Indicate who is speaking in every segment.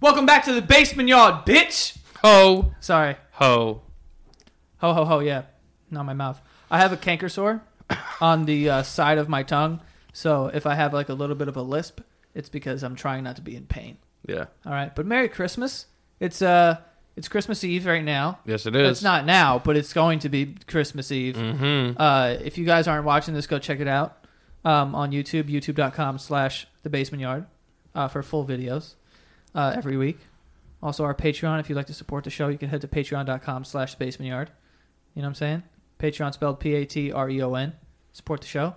Speaker 1: Welcome back to the basement yard, bitch.
Speaker 2: Ho,
Speaker 1: Sorry.
Speaker 2: ho.
Speaker 1: Ho ho ho. Yeah, not my mouth. I have a canker sore on the uh, side of my tongue, so if I have like a little bit of a lisp, it's because I'm trying not to be in pain.
Speaker 2: Yeah.
Speaker 1: All right, but Merry Christmas. It's uh, it's Christmas Eve right now.
Speaker 2: Yes, it is.
Speaker 1: It's not now, but it's going to be Christmas Eve.
Speaker 2: Mm-hmm.
Speaker 1: Uh, if you guys aren't watching this, go check it out um, on YouTube, youtube.com slash the basement yard uh, for full videos uh, every week. Also, our Patreon, if you'd like to support the show, you can head to patreon.com slash basement yard. You know what I'm saying? Patreon spelled P A T R E O N. Support the show.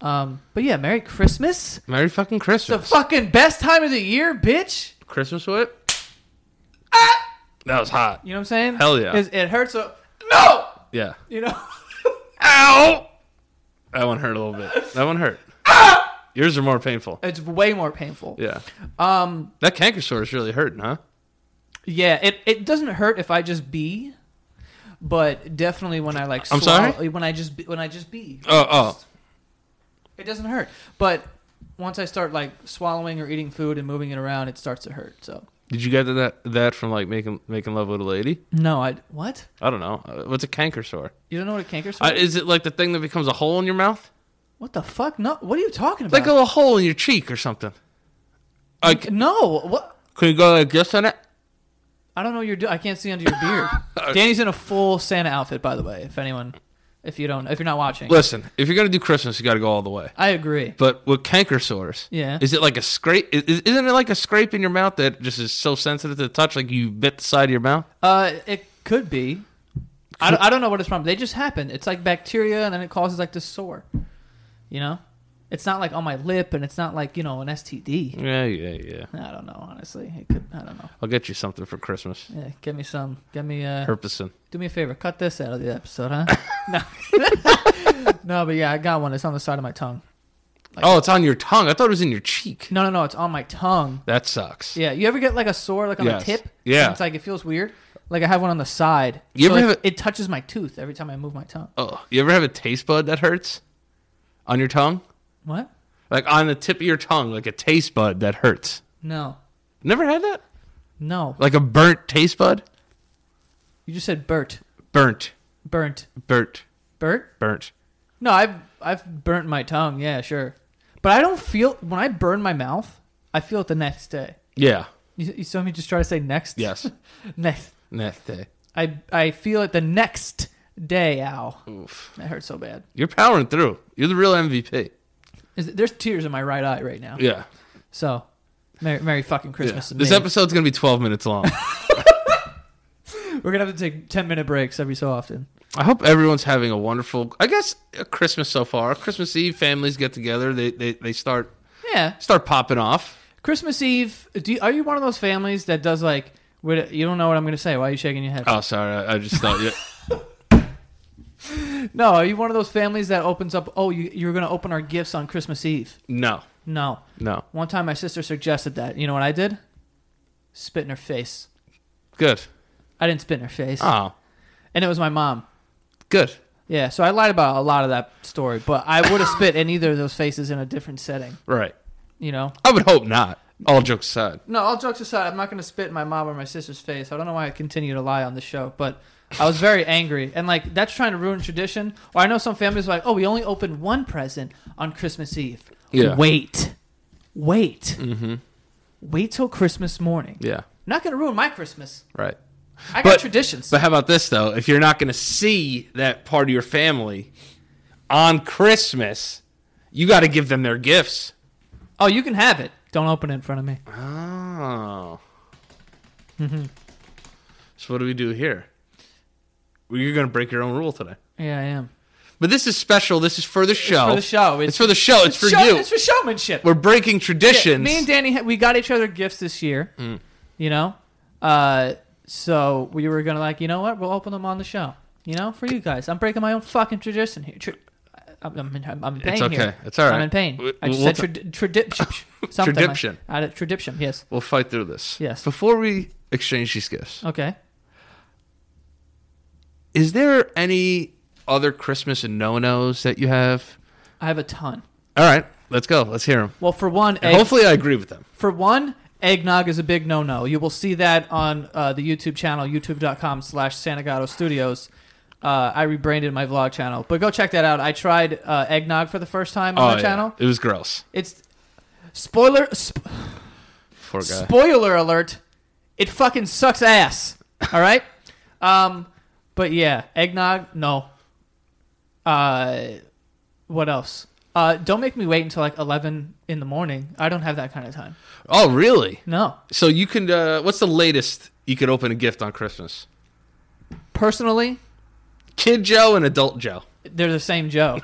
Speaker 1: Um, but yeah, Merry Christmas.
Speaker 2: Merry fucking
Speaker 1: It's the
Speaker 2: Christmas.
Speaker 1: fucking best time of the year, bitch.
Speaker 2: Christmas whip. That was hot.
Speaker 1: You know what I'm saying?
Speaker 2: Hell yeah.
Speaker 1: It's- it hurts. So- no!
Speaker 2: Yeah.
Speaker 1: You know?
Speaker 2: Ow! That one hurt a little bit. That one hurt. Yours are more painful.
Speaker 1: it's way more painful.
Speaker 2: Yeah.
Speaker 1: Um,
Speaker 2: That canker sore is really hurting, huh?
Speaker 1: Yeah, it, it doesn't hurt if I just be, but definitely when I like
Speaker 2: I'm
Speaker 1: swallow-
Speaker 2: sorry?
Speaker 1: when I just be, when I just be
Speaker 2: Oh, oh.
Speaker 1: it doesn't hurt. But once I start like swallowing or eating food and moving it around, it starts to hurt. So
Speaker 2: Did you get that that from like making making love with a lady?
Speaker 1: no, I what
Speaker 2: I don't know. Uh, What's a canker sore?
Speaker 1: you don't know what a canker sore?
Speaker 2: Uh, is it like the thing that becomes a hole in your mouth,
Speaker 1: what the fuck? No, what are you talking about?
Speaker 2: like a little hole in your cheek or something? Like,
Speaker 1: no, what?
Speaker 2: can you go like this on it?
Speaker 1: I don't know what you're doing. I can't see under your beard. Danny's in a full Santa outfit, by the way. If anyone, if you don't, if you're not watching,
Speaker 2: Listen, if you're gonna do Christmas, you got to go all the way.
Speaker 1: I agree.
Speaker 2: But with canker sores,
Speaker 1: Yeah.
Speaker 2: is it like a scrape? i- Is, isn't it like a scrape in your mouth that just is so sensitive to the touch, like you bit the side of your mouth?
Speaker 1: Uh, it could be. I don't, I don't know what it's from. They just happen. It's like bacteria, and then it causes like this sore. You know, it's not like on my lip, and it's not like you know an STD.
Speaker 2: Yeah, yeah, yeah.
Speaker 1: I don't know. Honestly, it could. I don't know.
Speaker 2: I'll get you something for Christmas.
Speaker 1: Yeah, get me some. Get me. Uh,
Speaker 2: Herpesin.
Speaker 1: do me a favor. Cut this out of the episode, huh? no, no, but yeah, I got one. It's on the side of my tongue.
Speaker 2: oh, it's on your tongue. I thought it was in your cheek.
Speaker 1: No, no, no. It's on my tongue.
Speaker 2: That sucks.
Speaker 1: Yeah, you ever get like a sore like on
Speaker 2: Yes.
Speaker 1: the tip?
Speaker 2: Yeah.
Speaker 1: And it's like it feels weird. Like I have one on the side.
Speaker 2: You
Speaker 1: so
Speaker 2: ever
Speaker 1: like,
Speaker 2: have
Speaker 1: it touches my tooth every time I move my tongue.
Speaker 2: Oh, you ever have a taste bud that hurts on your tongue?
Speaker 1: What?
Speaker 2: Like on the tip of your tongue, like a taste bud that hurts.
Speaker 1: No.
Speaker 2: Never had that?
Speaker 1: No,
Speaker 2: Like a burnt taste bud?
Speaker 1: you just said burnt,
Speaker 2: Burnt.
Speaker 1: burnt,
Speaker 2: Burnt.
Speaker 1: burnt.
Speaker 2: Burnt.
Speaker 1: No, I've I've burnt my tongue. Yeah, sure, but I don't feel when I burn my mouth. I feel it the next day.
Speaker 2: Yeah.
Speaker 1: You, you saw me just try to say next.
Speaker 2: Yes.
Speaker 1: next.
Speaker 2: Next day.
Speaker 1: I I feel it the next day. Ow,
Speaker 2: Oof.
Speaker 1: that hurt so bad.
Speaker 2: You're powering through. You're the real MVP.
Speaker 1: Is it, there's tears in my right eye right now.
Speaker 2: Yeah.
Speaker 1: So, merry, merry fucking Christmas.
Speaker 2: Yeah.
Speaker 1: to
Speaker 2: This
Speaker 1: me.
Speaker 2: episode's gonna be 12 minutes long.
Speaker 1: We're gonna have to take ten minute breaks every so often.
Speaker 2: I hope everyone's having a wonderful. I guess uh, Christmas so far. Christmas Eve, families get together. They they, they start
Speaker 1: Yeah,
Speaker 2: start popping off.
Speaker 1: Christmas Eve. Do you, are you one of those families that does like? what- You don't know what I'm gonna say. Why are you shaking your head?
Speaker 2: Oh, sorry. I, I just thought. Yeah.
Speaker 1: No, are you one of those families that opens up? Oh, you, you're going to open our gifts on Christmas Eve?
Speaker 2: No,
Speaker 1: No.
Speaker 2: no.
Speaker 1: One time, my sister suggested that. You know what I did? Spit in her face.
Speaker 2: Good.
Speaker 1: I didn't spit in her face,
Speaker 2: Oh,
Speaker 1: and it was my mom.
Speaker 2: good.
Speaker 1: Yeah, so I lied about a lot of that story, but I would have spit in either of those faces in a different setting.
Speaker 2: Right.
Speaker 1: You know?
Speaker 2: I would hope not. All jokes aside.
Speaker 1: No, all jokes aside, I'm not going to spit in my mom or my sister's face. I don't know why I continue to lie on the show, but I was very angry. And, like, that's trying to ruin tradition. Or I know some families are like, oh, we only open one present on Christmas Eve.
Speaker 2: Yeah. Mm-hmm.
Speaker 1: Wait. Wait. Wait till Christmas morning.
Speaker 2: Yeah.
Speaker 1: Not going to ruin my Christmas.
Speaker 2: Right.
Speaker 1: I got
Speaker 2: But-
Speaker 1: traditions.
Speaker 2: But how about this though? If you're not going to see that part of your family on Christmas, you got to give them their gifts.
Speaker 1: oh, you can have it. Don't open it in front of me.
Speaker 2: Oh. so what do we do here? Well, you're going to break your own rule today.
Speaker 1: Yeah, I am.
Speaker 2: But this is special. This is for the show.
Speaker 1: for the show.
Speaker 2: It's, for the show. It's, for
Speaker 1: show-
Speaker 2: you.
Speaker 1: It's for showmanship.
Speaker 2: We're breaking
Speaker 1: Yeah,
Speaker 2: traditions.
Speaker 1: me and Danny, ha- we got each other gifts this year.
Speaker 2: Mm.
Speaker 1: You know? Uh, so we were going to, like, you know what? We'll open them on the show. You know, for you guys. I'm breaking my own fucking tradition here. Tr- I'm, I'm, in- I'm in pain
Speaker 2: It's okay.
Speaker 1: here.
Speaker 2: It's all right.
Speaker 1: I'm in pain.
Speaker 2: We-
Speaker 1: I just
Speaker 2: we'll
Speaker 1: said trad- tradition. something.
Speaker 2: Tradiption.
Speaker 1: I, I, tradition, yes.
Speaker 2: we'll fight through this.
Speaker 1: Yes. Oh.
Speaker 2: Before we exchange these gifts,
Speaker 1: Okay.
Speaker 2: is there any other Christmas no-nos that you have?
Speaker 1: I have a ton.
Speaker 2: All right. Let's go. Let's hear them.
Speaker 1: Well, for one,
Speaker 2: And
Speaker 1: egg,
Speaker 2: hopefully I agree with them.
Speaker 1: for one, eggnog is a big no-no. You will see that on uh, the YouTube channel, youtube.com slash Sanagato Studios. Uh, I rebranded my vlog channel, but go check that out. I tried uh, eggnog for the first time on
Speaker 2: Oh,
Speaker 1: my
Speaker 2: yeah.
Speaker 1: channel.
Speaker 2: It was gross.
Speaker 1: It's spoiler sp-
Speaker 2: Poor guy.
Speaker 1: spoiler alert. It fucking sucks ass. All right. um, but yeah, eggnog. No. Uh, what else? Uh, don't make me wait until like eleven in the morning. I don't have that kind of time.
Speaker 2: oh, really?
Speaker 1: No.
Speaker 2: So you can. Uh, what's the latest you could open a gift on Christmas?
Speaker 1: Personally,
Speaker 2: Kid Joe and Adult Joe.
Speaker 1: they're the same Joe.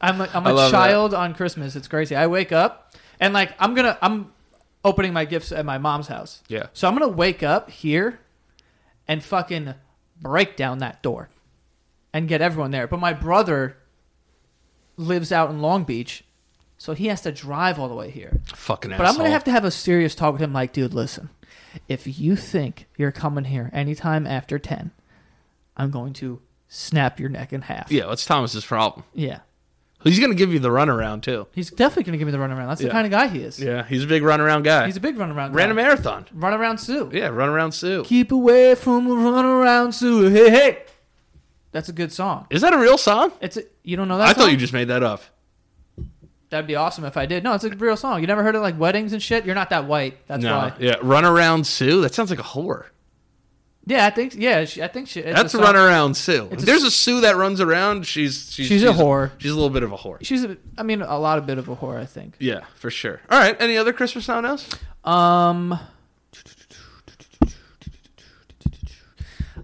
Speaker 1: I'm a, I'm
Speaker 2: I
Speaker 1: a
Speaker 2: love that.
Speaker 1: child on Christmas. It's crazy. I wake up and like I'm gonna I'm opening my gifts at my mom's house.
Speaker 2: Yeah.
Speaker 1: So I'm gonna wake up here and fucking break down that door and get everyone there. But my brother lives out in Long Beach, so he has to drive all the way here.
Speaker 2: Fucking
Speaker 1: But I'm
Speaker 2: asshole.
Speaker 1: gonna have to have a serious talk with him. Like, dude, listen, if you think you're coming here anytime after ten, I'm going to snap your neck in half.
Speaker 2: Yeah, that's Thomas's problem.
Speaker 1: Yeah.
Speaker 2: He's gonna give you the runaround too.
Speaker 1: He's definitely gonna give me the runaround. That's the
Speaker 2: Yeah.
Speaker 1: kind of guy he is.
Speaker 2: Yeah, he's a big runaround guy.
Speaker 1: He's a big runaround.
Speaker 2: Ran
Speaker 1: guy.
Speaker 2: a marathon.
Speaker 1: runaround Sue.
Speaker 2: Yeah, runaround Sue.
Speaker 1: Keep away from runaround Sue. Hey hey. That's a good song.
Speaker 2: Is that a real song?
Speaker 1: It's a, you don't know that.
Speaker 2: I
Speaker 1: song?
Speaker 2: thought you just made that up.
Speaker 1: That'd be awesome if I did. No, it's a real song. You never heard of like weddings and shit. You're not that white. That's
Speaker 2: no,
Speaker 1: why.
Speaker 2: yeah, runaround Sue. That sounds like a whore.
Speaker 1: Yeah, I think. Yeah, she, I think she. It's
Speaker 2: That's
Speaker 1: a
Speaker 2: a
Speaker 1: song-
Speaker 2: runaround Sue. If
Speaker 1: a-
Speaker 2: there's a Sue that runs around, she's she's,
Speaker 1: She's a whore.
Speaker 2: She's a little bit of a whore.
Speaker 1: She's. A, I mean, a lot of bit of a whore. I think.
Speaker 2: Yeah, for sure. All right. Any other Christmas sound else?
Speaker 1: Um.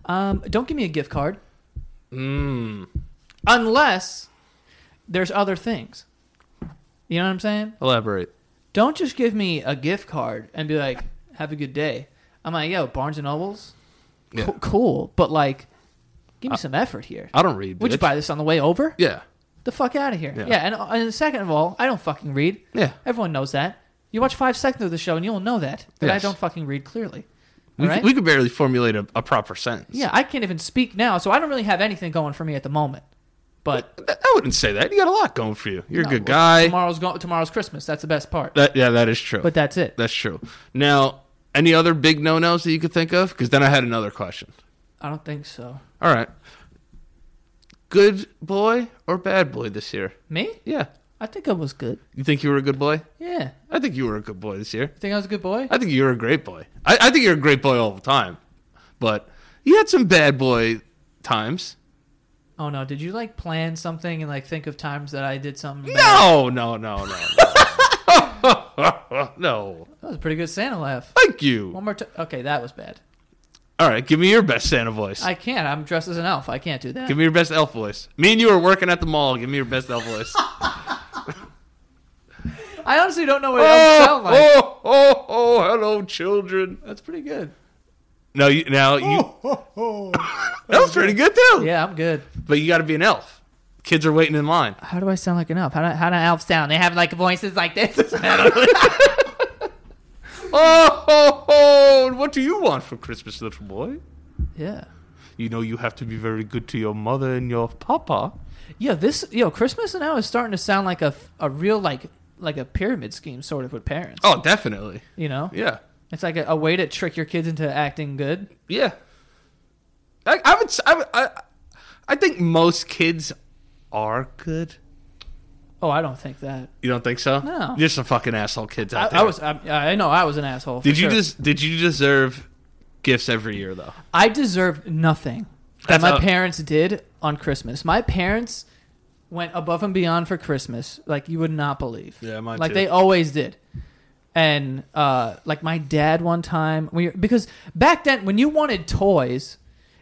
Speaker 1: Um, don't give me a gift card
Speaker 2: Mm.
Speaker 1: unless there's other things. You know what I'm saying?
Speaker 2: Elaborate.
Speaker 1: Don't just give me a gift card and be like, "Have a good day." I'm like, "Yo, Barnes and Nobles,
Speaker 2: Yeah.
Speaker 1: Co- cool," but like, give me some effort here.
Speaker 2: I don't read.
Speaker 1: Would you
Speaker 2: bitch.
Speaker 1: buy this on the way over?
Speaker 2: Yeah.
Speaker 1: The fuck out of here. Yeah,
Speaker 2: Yeah.
Speaker 1: and, and second of all, I don't fucking read.
Speaker 2: Yeah.
Speaker 1: Everyone knows that. You watch five seconds of the show and you'll know that. That I
Speaker 2: Yes.
Speaker 1: don't fucking read clearly.
Speaker 2: We,
Speaker 1: All right?
Speaker 2: could, we could barely formulate a, a proper sentence.
Speaker 1: yeah, I can't even speak now, so I don't really have anything going for me at the moment. But
Speaker 2: Th- I wouldn't say that. You got a lot going for you. You're a
Speaker 1: No,
Speaker 2: good
Speaker 1: well,
Speaker 2: guy.
Speaker 1: tomorrow's go- tomorrow's Christmas. That's the best part.
Speaker 2: That, yeah, that is true.
Speaker 1: But that's it.
Speaker 2: That's true. Now, any other big no nos that you could think of? Because then I had another question.
Speaker 1: I don't think so.
Speaker 2: All right. Good boy or bad boy this year?
Speaker 1: Me?
Speaker 2: Yeah.
Speaker 1: I think I was good.
Speaker 2: You think you were a good boy?
Speaker 1: Yeah.
Speaker 2: I think you were a good boy this year.
Speaker 1: You think I was a good boy?
Speaker 2: I think you were a great boy. I, I think you're a great boy all the time. But you had some bad boy times.
Speaker 1: Oh no, did you like plan something and like think of times that I did something? bad?
Speaker 2: No, no, no, no. No. no.
Speaker 1: That was a pretty good Santa laugh.
Speaker 2: Thank you.
Speaker 1: One more time. Okay, that was bad.
Speaker 2: All right, give me your best Santa voice.
Speaker 1: I can't. I'm dressed as an elf. I can't do that.
Speaker 2: Give me your best elf voice. Me and you are working at the mall. Give me your best elf voice.
Speaker 1: I honestly don't know what elves sound like.
Speaker 2: oh, oh, oh, hello, children.
Speaker 1: That's pretty good.
Speaker 2: No, you, now you. oh. that was pretty good too.
Speaker 1: Yeah, I'm good.
Speaker 2: But you got to be an elf. Kids are waiting in line.
Speaker 1: How do I sound like an elf? How do, how do elves sound? They have like voices like this.
Speaker 2: Oh, ho, ho, and what do you want for Christmas, little boy?
Speaker 1: yeah.
Speaker 2: You know you have to be very good to your mother and your papa.
Speaker 1: Yo, this yo Christmas now is starting to sound like a a real like like a pyramid scheme sort of with parents.
Speaker 2: Oh, definitely.
Speaker 1: You know,
Speaker 2: Yeah,
Speaker 1: it's like a, a way to trick your kids into acting good.
Speaker 2: yeah. I, I would. s- I, would- I. I think most kids are good.
Speaker 1: Oh, I don't think that.
Speaker 2: You don't think so?
Speaker 1: No.
Speaker 2: You're some fucking asshole kids
Speaker 1: I,
Speaker 2: out there.
Speaker 1: I was. I, I know I was an asshole. for
Speaker 2: Did you
Speaker 1: sure.
Speaker 2: just? Did you deserve gifts every year though?
Speaker 1: I deserved nothing that
Speaker 2: That's
Speaker 1: my
Speaker 2: a-
Speaker 1: parents did on Christmas. My parents went above and beyond for Christmas, like you would not believe.
Speaker 2: Yeah, mine
Speaker 1: Like
Speaker 2: too.
Speaker 1: they always did. And uh, like my dad one time, we because back then when you wanted toys,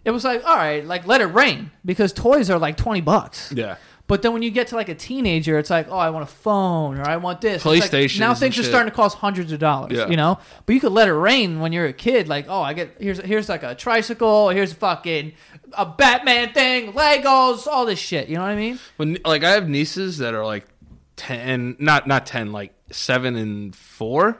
Speaker 1: it was like all right, like let it rain because toys are like twenty bucks.
Speaker 2: Yeah.
Speaker 1: But then when you get to like a teenager, it's like, oh, I want a phone or I want this. It's like,
Speaker 2: PlayStations
Speaker 1: now
Speaker 2: and
Speaker 1: things are
Speaker 2: shit.
Speaker 1: starting to cost hundreds of dollars.
Speaker 2: Yeah.
Speaker 1: You know, but you could let it rain when you're a kid. Like, oh, I get here's here's like a tricycle. Here's fucking a Batman thing, Legos, all this shit. You know what I mean?
Speaker 2: When like I have nieces that are like ten, not not ten, like seven and four.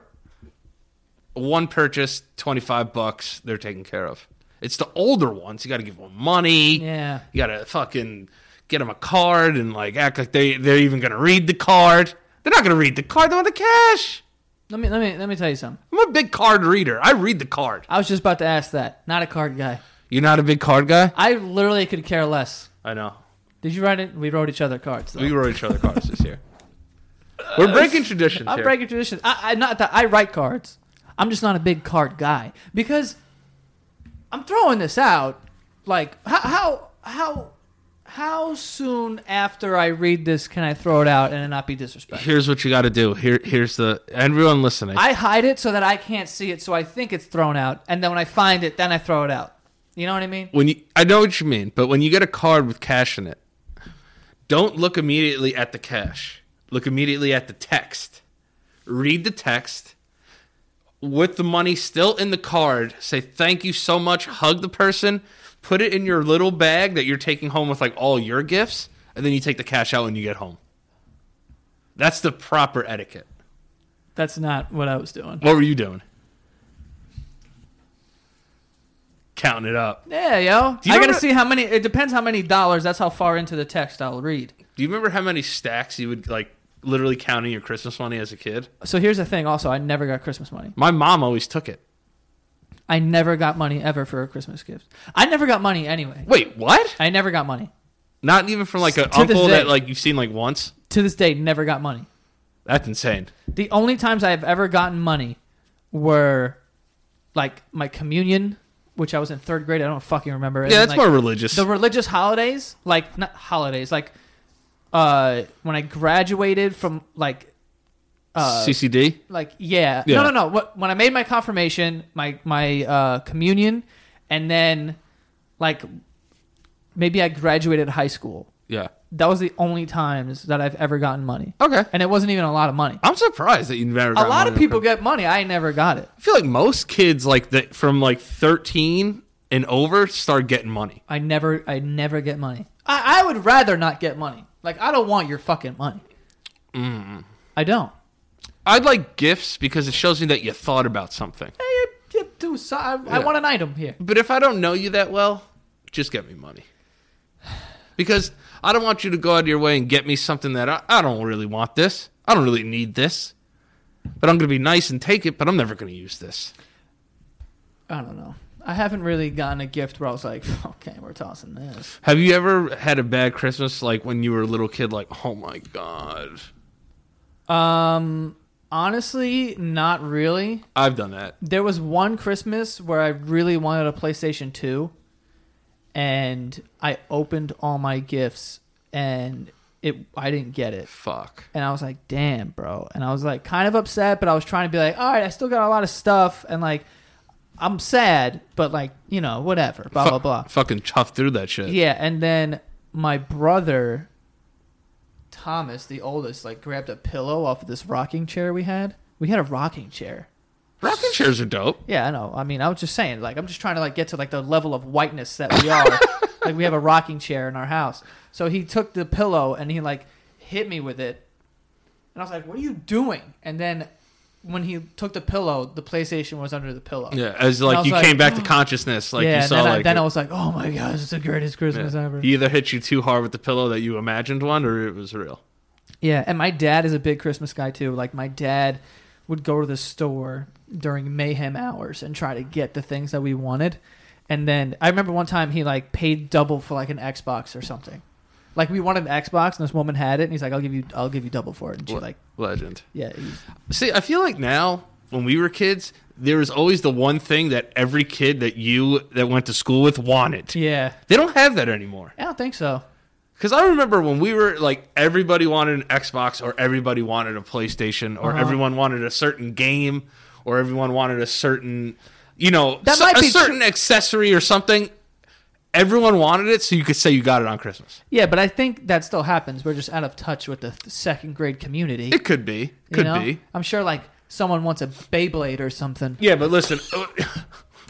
Speaker 2: One purchase, twenty five bucks. They're taken care of. It's the older ones. You got to give them money.
Speaker 1: Yeah.
Speaker 2: You got to fucking get them a card and like act like they they're even gonna read the card. They're not gonna read the card. They want the cash.
Speaker 1: Let me let me let me tell you something.
Speaker 2: I'm a big card reader. I read the card.
Speaker 1: I was just about to ask that. Not a card guy.
Speaker 2: You're not a big card guy?
Speaker 1: I literally could care less.
Speaker 2: I know.
Speaker 1: Did you write it? We wrote each other cards. Though.
Speaker 2: We wrote each other cards this year. We're breaking traditions
Speaker 1: I'm
Speaker 2: here.
Speaker 1: breaking traditions. I, I not that I write cards. I'm just not a big card guy because I'm throwing this out. Like how how how how soon after I read this can I throw it out and it not be disrespectful?
Speaker 2: Here's what you got to do. Here, here's the everyone listening.
Speaker 1: I hide it so that I can't see it, so I think it's thrown out, and then when I find it, then I throw it out. You know what I mean?
Speaker 2: when you, I know what you mean, but when you get a card with cash in it, don't look immediately at the cash. Look immediately at the text. Read the text. With the money still in the card, say thank you so much, hug the person, put it in your little bag that you're taking home with like all your gifts, and then you take the cash out when you get home. That's the proper etiquette.
Speaker 1: That's not what I was doing.
Speaker 2: What were you doing? Counting it up.
Speaker 1: Yeah, yo.
Speaker 2: Do you
Speaker 1: I gotta
Speaker 2: remember-
Speaker 1: see how many. It depends how many dollars. That's how far into the text I'll read.
Speaker 2: Do you remember how many stacks you would like literally counting your Christmas money as a kid?
Speaker 1: So here's the thing. Also, I never got Christmas money.
Speaker 2: My mom always took it.
Speaker 1: I never got money ever for a Christmas gift. I never got money anyway.
Speaker 2: Wait, what?
Speaker 1: I never got money.
Speaker 2: Not even from like an
Speaker 1: To this
Speaker 2: uncle
Speaker 1: day.
Speaker 2: that like you've seen like once.
Speaker 1: To this day, never got money.
Speaker 2: That's insane.
Speaker 1: The only times I have ever gotten money were like my communion, which I was in third grade. I don't fucking remember. And
Speaker 2: Yeah, that's
Speaker 1: like,
Speaker 2: more religious.
Speaker 1: the religious holidays, like not holidays, like uh when I graduated from like uh
Speaker 2: CCD.
Speaker 1: like yeah.
Speaker 2: Yeah.
Speaker 1: no no no what, when i made my confirmation my my uh communion and then like maybe i graduated high school
Speaker 2: Yeah.
Speaker 1: that was the only times that i've ever gotten money
Speaker 2: Okay.
Speaker 1: and it wasn't even a lot of money
Speaker 2: I'm surprised that you never.
Speaker 1: a
Speaker 2: got
Speaker 1: lot
Speaker 2: money
Speaker 1: of
Speaker 2: from-
Speaker 1: people get money i never got it
Speaker 2: I feel like most kids like that from like 13 and over start getting money.
Speaker 1: i never i never get money i, I would rather not get money like i don't want your fucking money
Speaker 2: Mm-hmm.
Speaker 1: i don't
Speaker 2: I'd like gifts because it shows me that you thought about something.
Speaker 1: Hey, you- you do so- I, I
Speaker 2: Yeah.
Speaker 1: want an item here
Speaker 2: But if I don't know you that well, just get me money. Because I don't want you to go out of your way and get me something that I, I don't really want this. I don't really need this. But I'm going to be nice and take it, but I'm never going to use this.
Speaker 1: i don't know i haven't really gotten a gift where i was like okay we're tossing this
Speaker 2: Have you ever had a bad Christmas like when you were a little kid like, "Oh my god."
Speaker 1: Um, honestly, not really.
Speaker 2: I've done that.
Speaker 1: There was one Christmas where I really wanted a PlayStation 2 and I opened all my gifts and it I didn't get it.
Speaker 2: Fuck.
Speaker 1: And I was like, "Damn, bro." And I was like kind of upset, but I was trying to be like, "All right, I still got a lot of stuff and like I'm sad, but like, you know, whatever, blah
Speaker 2: Fu-
Speaker 1: blah blah."
Speaker 2: Fucking chuffed through that shit.
Speaker 1: Yeah, and then my brother Thomas, the oldest, like grabbed a pillow off of this rocking chair we had. We had a rocking chair.
Speaker 2: Rocking chairs are dope.
Speaker 1: Yeah, I know. I mean, I was just saying, like, I'm just trying to like get to like the level of whiteness that we are. like, we have a rocking chair in our house. So he took the pillow and he like hit me with it, and I was like, "What are you doing?" And then when he took the pillow, the PlayStation was under the pillow.
Speaker 2: Yeah, as
Speaker 1: I
Speaker 2: like
Speaker 1: was
Speaker 2: you
Speaker 1: like, "Oh."
Speaker 2: came back to consciousness like
Speaker 1: yeah.
Speaker 2: you
Speaker 1: and
Speaker 2: saw
Speaker 1: then, I,
Speaker 2: like
Speaker 1: then I was like, "Oh my god, this is the greatest Christmas
Speaker 2: yeah.
Speaker 1: ever."
Speaker 2: He either hit you too hard with the pillow that you imagined one or it was real.
Speaker 1: Yeah, and my dad is a big Christmas guy too. Like my dad would go to the store during mayhem hours and try to get the things that we wanted. And then I remember one time he like paid double for like an Xbox or something. Like we wanted an Xbox and this woman had it and he's like, I'll give you I'll give you double for it and she
Speaker 2: Le-
Speaker 1: like
Speaker 2: legend.
Speaker 1: yeah, he's-
Speaker 2: See, I feel like now when we were kids, there was always the one thing that every kid that you that went to school with wanted.
Speaker 1: yeah.
Speaker 2: They don't have that anymore.
Speaker 1: I don't think so.
Speaker 2: Cuz I remember when we were like everybody wanted an Xbox or everybody wanted a PlayStation or
Speaker 1: Uh-huh.
Speaker 2: everyone wanted a certain game or everyone wanted a certain you know,
Speaker 1: That
Speaker 2: so-
Speaker 1: might
Speaker 2: a
Speaker 1: be tr-
Speaker 2: certain accessory or something. Everyone wanted it so you could say you got it on Christmas.
Speaker 1: Yeah, but I think that still happens. We're just out of touch with the th- second grade community.
Speaker 2: It could be.
Speaker 1: you
Speaker 2: Could
Speaker 1: know?
Speaker 2: be.
Speaker 1: I'm sure like someone wants a Beyblade or something.
Speaker 2: Yeah, but listen,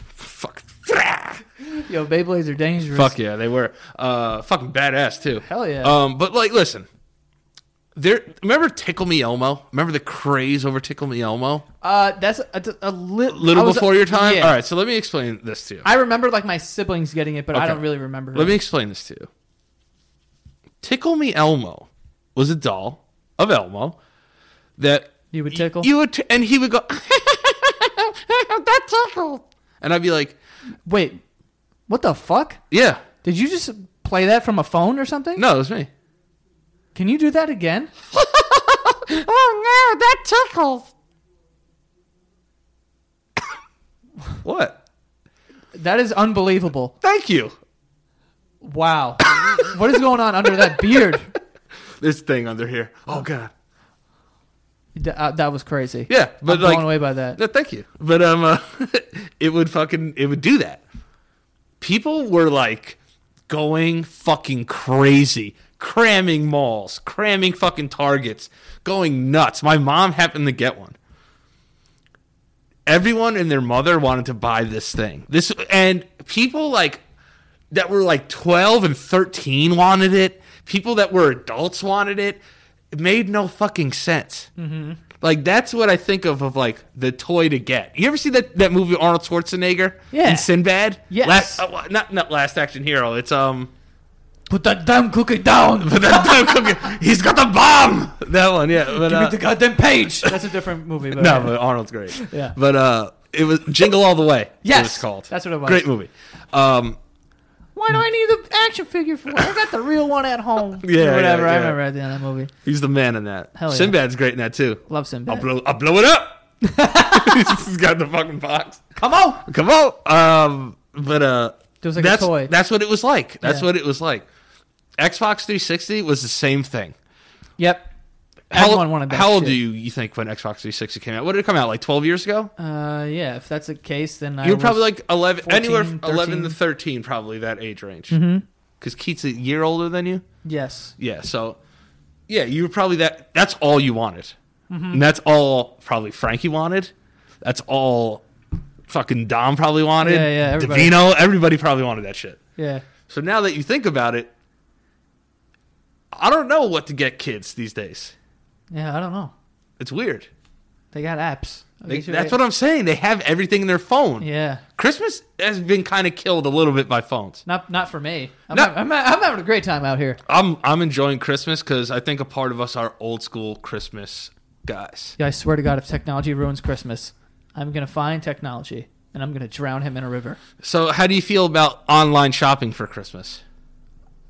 Speaker 2: fuck.
Speaker 1: Yo, Beyblades are dangerous.
Speaker 2: Fuck yeah, they were uh, fucking badass too.
Speaker 1: Hell yeah.
Speaker 2: Um, but like, listen, there. Remember Tickle Me Elmo? Remember the craze over Tickle Me Elmo?
Speaker 1: Uh, that's a, a, li-
Speaker 2: Little
Speaker 1: I was-
Speaker 2: before your time.
Speaker 1: yeah.
Speaker 2: All right, so let me explain this to you.
Speaker 1: I remember like my siblings getting it, but I
Speaker 2: Okay.
Speaker 1: don't really remember.
Speaker 2: Let
Speaker 1: it.
Speaker 2: me explain this to you. Tickle Me Elmo was a doll of Elmo that
Speaker 1: You would tickle.
Speaker 2: You would, t- and he would go, that tickled. And I'd be like,
Speaker 1: Wait, what the fuck?
Speaker 2: yeah,
Speaker 1: Did you just play that from a phone or something?
Speaker 2: no, it was me.
Speaker 1: Can you do that again?
Speaker 2: Oh no, that tickles. what?
Speaker 1: That is unbelievable.
Speaker 2: Thank you.
Speaker 1: Wow. what is going on under that beard?
Speaker 2: This thing under here. Oh god.
Speaker 1: D- uh, that was crazy.
Speaker 2: Yeah, but
Speaker 1: I'm
Speaker 2: like,
Speaker 1: blown away by that.
Speaker 2: no, thank you. But um, uh, it would fucking it would do that. People were like going fucking crazy, cramming malls, cramming fucking targets, going nuts. My mom happened to get one. everyone and their mother wanted to buy this thing. This and people like that were like 12 and 13 wanted it. People that were adults wanted it. It made no fucking sense.
Speaker 1: Mm-hmm.
Speaker 2: Like that's what I think of of like the toy to get. You ever see that that movie Arnold Schwarzenegger
Speaker 1: Yeah.
Speaker 2: in Sinbad?
Speaker 1: Yes.
Speaker 2: Last, uh, not not Last Action Hero. It's um.
Speaker 1: Put that damn cookie down.
Speaker 2: But that cookie, he's got the bomb. That one, yeah. But, uh,
Speaker 1: goddamn page. That's a different movie. But
Speaker 2: No, but Arnold's great.
Speaker 1: Yeah.
Speaker 2: But uh, it was Jingle All the Way.
Speaker 1: Yes,
Speaker 2: it was called.
Speaker 1: that's what it was.
Speaker 2: Great movie. Um,
Speaker 1: Why do I need the action figure for? I got the real one at home.
Speaker 2: Yeah, yeah,
Speaker 1: Or whatever. I
Speaker 2: yeah.
Speaker 1: remember at the end of that movie.
Speaker 2: he's the man in that.
Speaker 1: Hell yeah.
Speaker 2: Sinbad's great in that too.
Speaker 1: Love
Speaker 2: I'll
Speaker 1: Sinbad.
Speaker 2: blow, I'll blow it up. he's got the fucking box.
Speaker 1: Come on.
Speaker 2: Come on. Um, but uh,
Speaker 1: It was like a
Speaker 2: that's
Speaker 1: toy.
Speaker 2: that's what it was like. That's
Speaker 1: Yeah.
Speaker 2: what it was like. Xbox 360 was the same thing.
Speaker 1: Yep. Everyone
Speaker 2: How,
Speaker 1: wanted that
Speaker 2: how old
Speaker 1: shit.
Speaker 2: do you, you think when Xbox 360 came out? What did it come out like 12 years ago?
Speaker 1: Uh, yeah. If that's the case, then I
Speaker 2: You were
Speaker 1: was-
Speaker 2: probably like 11,
Speaker 1: 14,
Speaker 2: anywhere from 11
Speaker 1: 13.
Speaker 2: to 13, probably that age range.
Speaker 1: Mm-hmm.
Speaker 2: Because Keith's a year older than you.
Speaker 1: yes.
Speaker 2: Yeah, so yeah, you were probably that. That's all you wanted,
Speaker 1: Mm-hmm.
Speaker 2: and that's all probably Frankie wanted. That's all fucking Dom probably wanted.
Speaker 1: Yeah, yeah, everybody.
Speaker 2: Davino, everybody probably wanted that shit.
Speaker 1: Yeah.
Speaker 2: So now that you think about it, I don't know what to get kids these days.
Speaker 1: Yeah. I don't know.
Speaker 2: It's weird.
Speaker 1: They got apps. I
Speaker 2: They-
Speaker 1: guess you're right.
Speaker 2: that's what I'm saying. They have everything in their phone.
Speaker 1: Yeah.
Speaker 2: Christmas has been kind of killed a little bit by phones.
Speaker 1: Not not for me. I'm,
Speaker 2: No.
Speaker 1: hav- I'm, ha- I'm having a great time out here.
Speaker 2: I'm I'm enjoying Christmas because I think a part of us are old school Christmas guys.
Speaker 1: Yeah, I swear to God, if technology ruins Christmas, I'm gonna find technology and I'm gonna drown him in a river.
Speaker 2: So, how do you feel about online shopping for Christmas?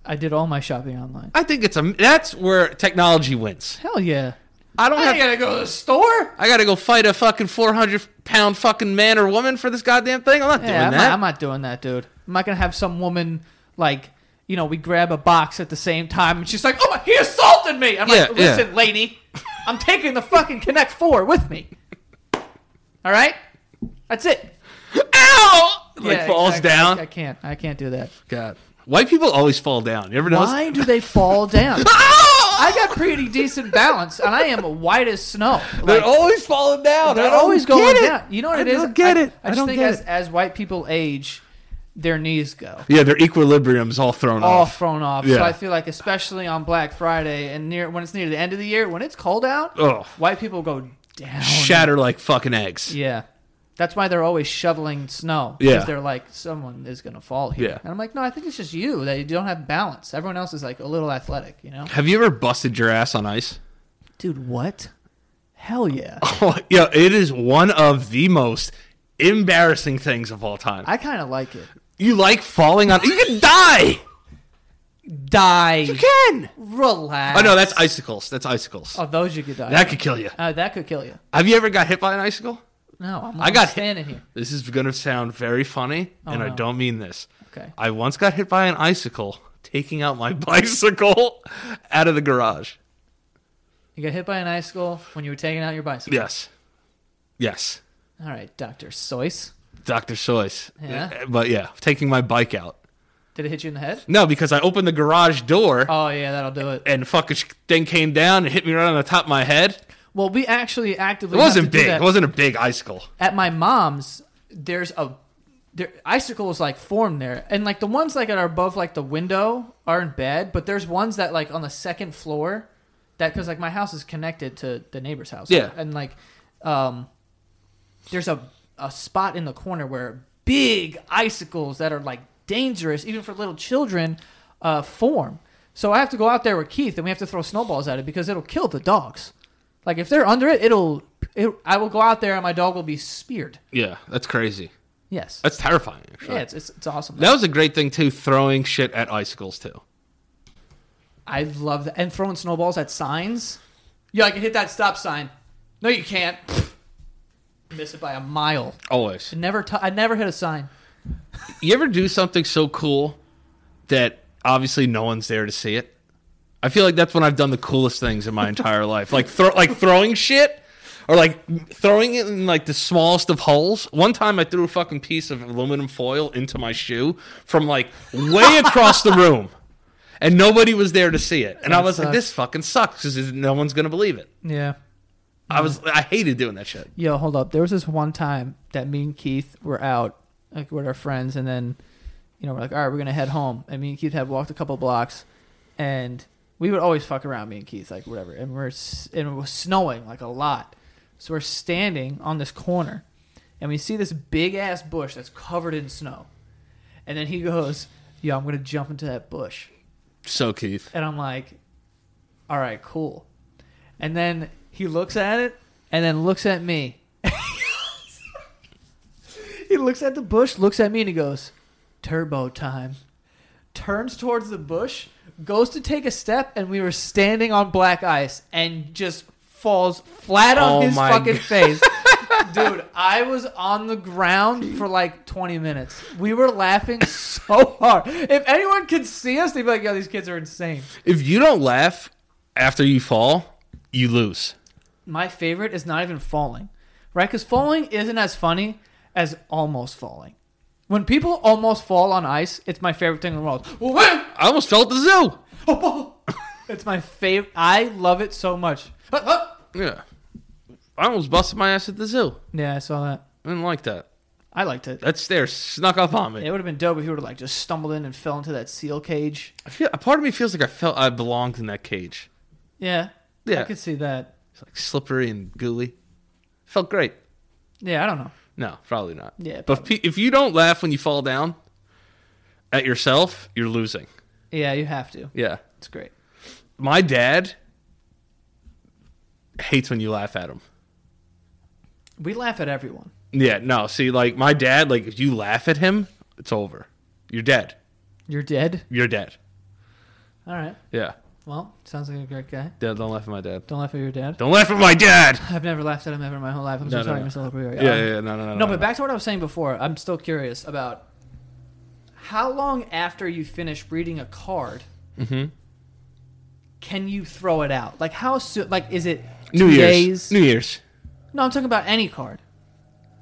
Speaker 1: I did all my shopping online.
Speaker 2: I think it's a that's where technology wins.
Speaker 1: Hell yeah!
Speaker 2: I don't have
Speaker 1: gotta go to the store.
Speaker 2: I got to go fight a fucking 400 pound fucking man or woman for this goddamn thing. I'm not doing
Speaker 1: Yeah, I'm
Speaker 2: that.
Speaker 1: not, I'm not doing that, dude. I'm not gonna have some woman like you know we grab a box at the same time and she's like, "Oh my, he assaulted me." I'm like,
Speaker 2: Yeah, yeah.
Speaker 1: "Listen, lady, I'm taking the fucking Connect Four with me. All right, that's it."
Speaker 2: Ow! Like
Speaker 1: Yeah,
Speaker 2: falls
Speaker 1: exactly.
Speaker 2: down.
Speaker 1: I, I can't. I can't do that.
Speaker 2: God. White people always fall down. You ever notice?
Speaker 1: Why do they fall down?
Speaker 2: Ah!
Speaker 1: I got pretty decent balance, and I am white as snow.
Speaker 2: they're
Speaker 1: Like,
Speaker 2: always falling down.
Speaker 1: they're
Speaker 2: I don't
Speaker 1: always
Speaker 2: get
Speaker 1: going
Speaker 2: it.
Speaker 1: down. You know what
Speaker 2: I
Speaker 1: it is?
Speaker 2: don't get it.
Speaker 1: I
Speaker 2: I
Speaker 1: just
Speaker 2: don't
Speaker 1: think
Speaker 2: get
Speaker 1: as,
Speaker 2: it.
Speaker 1: as white people age, their knees go
Speaker 2: Yeah, their equilibrium's all thrown
Speaker 1: all
Speaker 2: off.
Speaker 1: thrown off. So
Speaker 2: Yeah.
Speaker 1: I feel like, especially on Black Friday and near when it's near the end of the year, when it's cold out,
Speaker 2: Ugh.
Speaker 1: white people go down.
Speaker 2: Oh. Shatter like fucking eggs.
Speaker 1: Oh, Yeah. That's why they're always shoveling snow.
Speaker 2: Yeah.
Speaker 1: they're like, someone is going to fall here.
Speaker 2: Yeah.
Speaker 1: And I'm like, no, I think it's just you that you don't have balance. Everyone else is like a little athletic, you know?
Speaker 2: Have you ever busted your ass on ice?
Speaker 1: Dude, what? Hell yeah.
Speaker 2: Oh, yeah, it is one of the most embarrassing things of all time.
Speaker 1: I kind of like it.
Speaker 2: you like falling on? You can die.
Speaker 1: Die.
Speaker 2: You can.
Speaker 1: Relax.
Speaker 2: Oh no, that's icicles. That's icicles.
Speaker 1: Oh, those you could die.
Speaker 2: That could kill you.
Speaker 1: Uh, that could kill you.
Speaker 2: Have you ever got hit by an icicle?
Speaker 1: No, I'm
Speaker 2: I got hit.
Speaker 1: standing here.
Speaker 2: This is gonna sound very funny, and I
Speaker 1: Oh, no.
Speaker 2: don't mean this.
Speaker 1: Okay.
Speaker 2: I once got hit by an icicle taking out my bicycle out of the garage.
Speaker 1: You got hit by an icicle when you were taking out your bicycle.
Speaker 2: Yes, yes,
Speaker 1: All right, Dr. Seuss.
Speaker 2: Doctor Seuss.
Speaker 1: Yeah.
Speaker 2: But yeah, taking my bike out.
Speaker 1: Did it hit you in the head?
Speaker 2: No, because I opened the garage door.
Speaker 1: Oh, yeah, that'll do it.
Speaker 2: and fucking sh- thing came down and hit me right on the top of my head.
Speaker 1: Well, we actually
Speaker 2: It
Speaker 1: actively. have
Speaker 2: wasn't
Speaker 1: to do
Speaker 2: big.
Speaker 1: that.
Speaker 2: It wasn't a big icicle.
Speaker 1: At my mom's, there's a. There, icicles like form there, and like the ones like that are above like the window aren't bad, but there's ones that like on the second floor, that because like my house is connected to the neighbor's house,
Speaker 2: Yeah.
Speaker 1: and like, um, there's a a spot in the corner where big icicles that are like dangerous even for little children uh, form. So I have to go out there with Keith, and we have to throw snowballs at it because it'll kill the dogs. Like if they're under it, it'll. It, I will go out there and my dog will be speared.
Speaker 2: Yeah, that's crazy.
Speaker 1: Yes.
Speaker 2: That's terrifying. Actually,
Speaker 1: yeah, it's, it's, it's awesome.
Speaker 2: that was a great thing too. Throwing shit at icicles too.
Speaker 1: I love that. And throwing snowballs at signs. Yeah, I can hit that stop sign. No, you can't. Miss it by a mile.
Speaker 2: Always.
Speaker 1: Never. T- I never hit a sign.
Speaker 2: You ever do something so cool that obviously no one's there to see it? I feel like that's when I've done the coolest things in my entire life. Like throw like throwing shit or like throwing it in like the smallest of holes. One time I threw a fucking piece of aluminum foil into my shoe from like way across the room. And nobody was there to see it. And I
Speaker 1: That
Speaker 2: was like
Speaker 1: sucks.
Speaker 2: this fucking sucks cuz no one's going to believe it.
Speaker 1: Yeah.
Speaker 2: I was I hated doing that shit.
Speaker 1: Yo, hold up. There was this one time that me and Keith were out, like with our friends, and then, you know, we're like, all right, we're gonna head home. And me and Keith had walked a couple blocks, and we would always fuck around, me and Keith, like whatever. And we're s- and it was snowing like a lot, so we're standing on this corner, and we see this big ass bush that's covered in snow, and then he goes, "Yo, I'm gonna jump into that bush."
Speaker 2: So Keith.
Speaker 1: And I'm like, all right, cool. And then he looks at it and then looks at me. he looks at the bush, looks at me, and he goes, turbo time. Turns towards the bush, goes to take a step, and we were standing on black ice and just falls flat on
Speaker 2: Oh
Speaker 1: his
Speaker 2: my
Speaker 1: fucking
Speaker 2: God.
Speaker 1: face. Dude, I was on the ground for like 20 minutes. We were laughing so hard. If anyone could see us, they'd be like, yo, these kids are insane.
Speaker 2: If you don't laugh after you fall, you lose.
Speaker 1: my favorite is not even falling, right? Because falling isn't as funny as almost falling. When people almost fall on ice, it's my favorite thing in the world.
Speaker 2: I almost fell at the zoo.
Speaker 1: It's my favorite. I love it so much.
Speaker 2: Yeah. I almost busted my ass at the zoo.
Speaker 1: Yeah, I saw that.
Speaker 2: I didn't like that.
Speaker 1: I liked it.
Speaker 2: That stare snuck up on me.
Speaker 1: It would have been dope if you would have like just stumbled in and fell into that seal cage.
Speaker 2: I feel, a part of me feels like I felt I belonged in that cage.
Speaker 1: Yeah, I
Speaker 2: Yeah.
Speaker 1: could see that.
Speaker 2: It's like slippery and gooey. Felt great.
Speaker 1: Yeah, I don't know.
Speaker 2: No, probably not.
Speaker 1: Yeah,
Speaker 2: But if, pe- if you don't laugh when you fall down at yourself, you're losing.
Speaker 1: Yeah, you have to.
Speaker 2: Yeah.
Speaker 1: It's great.
Speaker 2: My dad hates when you laugh at him.
Speaker 1: We laugh at everyone.
Speaker 2: Yeah, no. See, like my dad, like if you laugh at him, it's over. You're dead.
Speaker 1: You're dead.
Speaker 2: You're dead.
Speaker 1: All right.
Speaker 2: Yeah.
Speaker 1: Well, sounds like a great guy.
Speaker 2: Dad, don't laugh at my dad.
Speaker 1: Don't laugh at your dad.
Speaker 2: Don't laugh at my dad. Um,
Speaker 1: I've never laughed at him ever in my whole life. I'm so
Speaker 2: No, no,
Speaker 1: sorry, Mr.
Speaker 2: no.
Speaker 1: Labriere.
Speaker 2: Yeah, yeah, yeah, no, no, no.
Speaker 1: No, but back to what I was saying before, I'm still curious about how long after you finish reading a card
Speaker 2: Mhm.
Speaker 1: can you throw it out? Like how soon? Like is it
Speaker 2: New
Speaker 1: two
Speaker 2: Year's.
Speaker 1: days?
Speaker 2: New Year's.
Speaker 1: no, I'm talking about any card.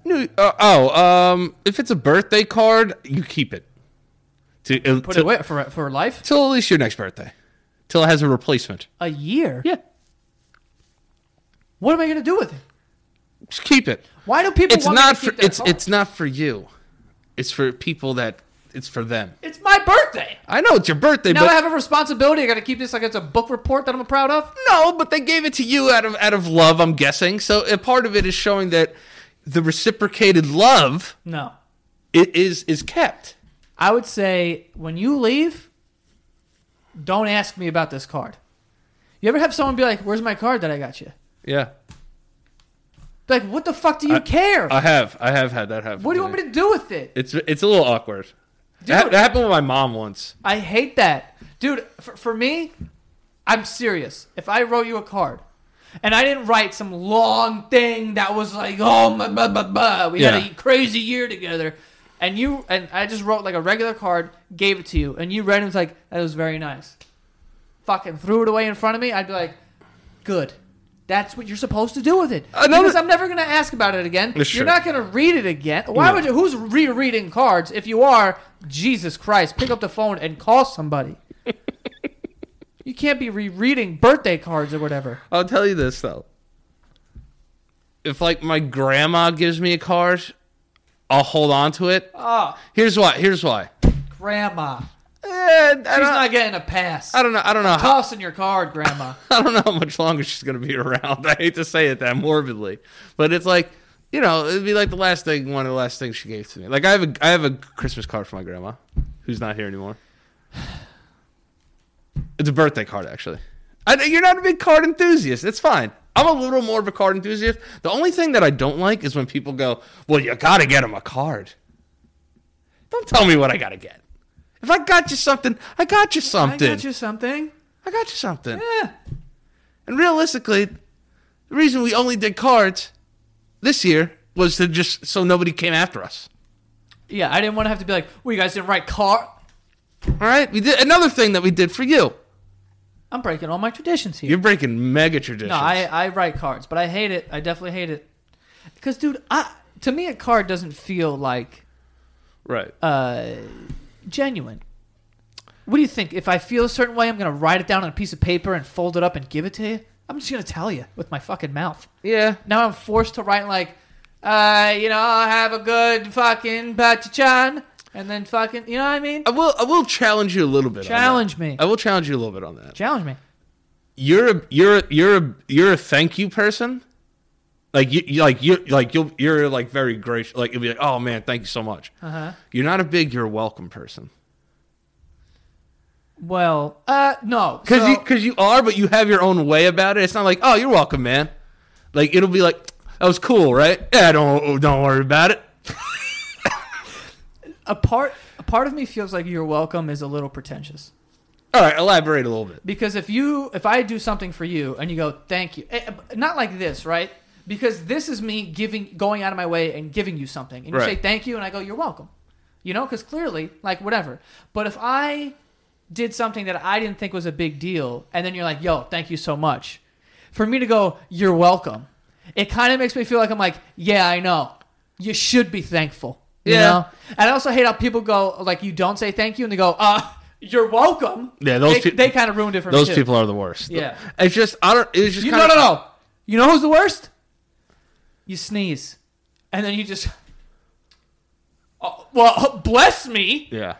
Speaker 2: New. Uh, oh, um, if it's a birthday card, you keep it. To, uh,
Speaker 1: Put
Speaker 2: to-
Speaker 1: it away for for life.
Speaker 2: till at least your next birthday, till it has a replacement.
Speaker 1: A year.
Speaker 2: Yeah,
Speaker 1: What am I gonna do with it?
Speaker 2: just keep it.
Speaker 1: Why do people?
Speaker 2: It's
Speaker 1: want me to
Speaker 2: not for
Speaker 1: keep their
Speaker 2: it's
Speaker 1: card?
Speaker 2: it's not for you. It's for people that it's for them.
Speaker 1: It's my birthday.
Speaker 2: I know it's your birthday,
Speaker 1: Now
Speaker 2: but
Speaker 1: I have a responsibility. I gotta keep this like it's a book report that I'm proud of.
Speaker 2: No, but they gave it to you out of out of love, I'm guessing. So a part of it is showing that the reciprocated love
Speaker 1: No,
Speaker 2: it is is kept.
Speaker 1: I would say when you leave, don't ask me about this card. You ever have someone be like, "Where's my card that I got you?"
Speaker 2: Yeah.
Speaker 1: Like, what the fuck do you care?
Speaker 2: I have. I have had that happen.
Speaker 1: what do you want me to do with it?
Speaker 2: It's it's a little awkward. That,
Speaker 1: Dude.
Speaker 2: that happened with my mom once.
Speaker 1: I hate that, dude. For, for me, I'm serious. If I wrote you a card, and I didn't write some long thing that was like, "Oh my, blah, blah, blah. we
Speaker 2: Yeah.
Speaker 1: had a crazy year together," and you and I just wrote like a regular card, gave it to you, and you read it and was like, "That was very nice." Fucking threw it away in front of me. I'd be like, "Good." That's what you're supposed to do with it.
Speaker 2: Another-
Speaker 1: because I'm never going to ask about it again.
Speaker 2: That's
Speaker 1: You're
Speaker 2: true.
Speaker 1: not going to read it again. Why
Speaker 2: No.
Speaker 1: would you? Who's rereading cards? If you are, Jesus Christ, pick up the phone and call somebody. you can't be rereading birthday cards or whatever.
Speaker 2: I'll tell you this though. If like my grandma gives me a card, I'll hold on to it.
Speaker 1: Oh,
Speaker 2: Here's why. Here's why.
Speaker 1: grandma.
Speaker 2: Eh, I don't,
Speaker 1: She's not getting a pass.
Speaker 2: I don't know. I don't know. How,
Speaker 1: Tossing your card, grandma.
Speaker 2: I don't know how much longer she's going to be around. I hate to say it that morbidly, but it's like, you know, it'd be like the last thing, one of the last things she gave to me. Like I have a, I have a Christmas card for my grandma, who's not here anymore. It's a birthday card, actually. I, know you're not a big card enthusiast. It's fine. I'm a little more of a card enthusiast. The only thing that I don't like is when people go, "Well, you got to get him a card." Don't tell me what I got to get. If I got you something, I got you something.
Speaker 1: I got you something. Eh.
Speaker 2: something.
Speaker 1: Yeah.
Speaker 2: And realistically, the reason we only did cards this year was to just so nobody came after us.
Speaker 1: Yeah, I didn't want to have to be like, well, you guys didn't write car.
Speaker 2: All right, we did another thing that we did for you.
Speaker 1: I'm breaking all my traditions here.
Speaker 2: You're breaking mega traditions.
Speaker 1: No, I, I write cards, but I hate it. I definitely hate it. Because, dude, I, to me, a card doesn't feel like
Speaker 2: right.
Speaker 1: uh, genuine. What do you think? If I feel a certain way, I'm going to write it down on a piece of paper and fold it up and give it to you? I'm just going to tell you with my fucking mouth.
Speaker 2: yeah,
Speaker 1: Now I'm forced to write, like, uh, you know, have a good fucking Pachachan. And then fucking, you know what I mean?
Speaker 2: I will. I will challenge you a little bit. on that.
Speaker 1: Challenge me.
Speaker 2: I will challenge you a little bit on that.
Speaker 1: Challenge me.
Speaker 2: You're a you're a, you're a you're a thank you person. Like you you- like you like you'll you're like very gracious. Like you'll be like, oh man, thank you so much.
Speaker 1: Uh huh.
Speaker 2: You're not a big you're welcome person
Speaker 1: Well, uh, no.
Speaker 2: because
Speaker 1: so-
Speaker 2: you because you are, but you have your own way about it. It's not like oh you're welcome, man. Like it'll be like that was cool, right? Yeah, don't don't worry about it.
Speaker 1: a part a part of me feels like you're welcome is a little pretentious
Speaker 2: All right, elaborate a little bit.
Speaker 1: because if you if I do something for you and you go thank you, eh, not like this, right? Because this is me giving going out of my way and giving you something, and you say
Speaker 2: Right.
Speaker 1: thank you, and I go you're welcome, you know, because clearly like whatever. But if I did something that I didn't think was a big deal, and then you're like yo thank you so much, for me to go you're welcome, it kind of makes me feel like I'm like yeah I know you should be thankful. You
Speaker 2: Yeah.
Speaker 1: know? And I also hate how people go like you don't say thank you and they go, uh, you're welcome.
Speaker 2: Yeah, those
Speaker 1: they,
Speaker 2: peo-
Speaker 1: they kind of ruined it for me,
Speaker 2: Those
Speaker 1: too.
Speaker 2: people are the worst.
Speaker 1: Yeah.
Speaker 2: it's just I don't. It's just
Speaker 1: You, no,
Speaker 2: kinda-
Speaker 1: no, no. You know who's the worst? You sneeze, and then you just. Oh, well, bless me.
Speaker 2: Yeah,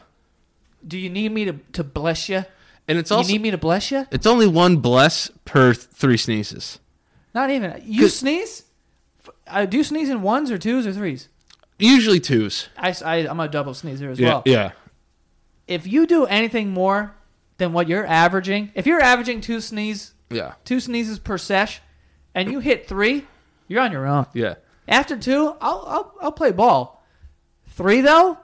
Speaker 1: Do you need me to, to bless you?
Speaker 2: and it's
Speaker 1: Do you
Speaker 2: also
Speaker 1: need me to bless you?
Speaker 2: It's only one bless per th- three sneezes.
Speaker 1: Not even. You sneeze? F- I do you sneeze in ones or twos or threes.
Speaker 2: Usually twos.
Speaker 1: I, am a double sneezer as
Speaker 2: Yeah,
Speaker 1: well.
Speaker 2: yeah.
Speaker 1: If you do anything more than what you're averaging, if you're averaging two sneeze
Speaker 2: Yeah.
Speaker 1: two sneezes per sesh, and you hit three, you're on your own.
Speaker 2: Yeah.
Speaker 1: After two, I'll I'll, I'll play ball. Three though,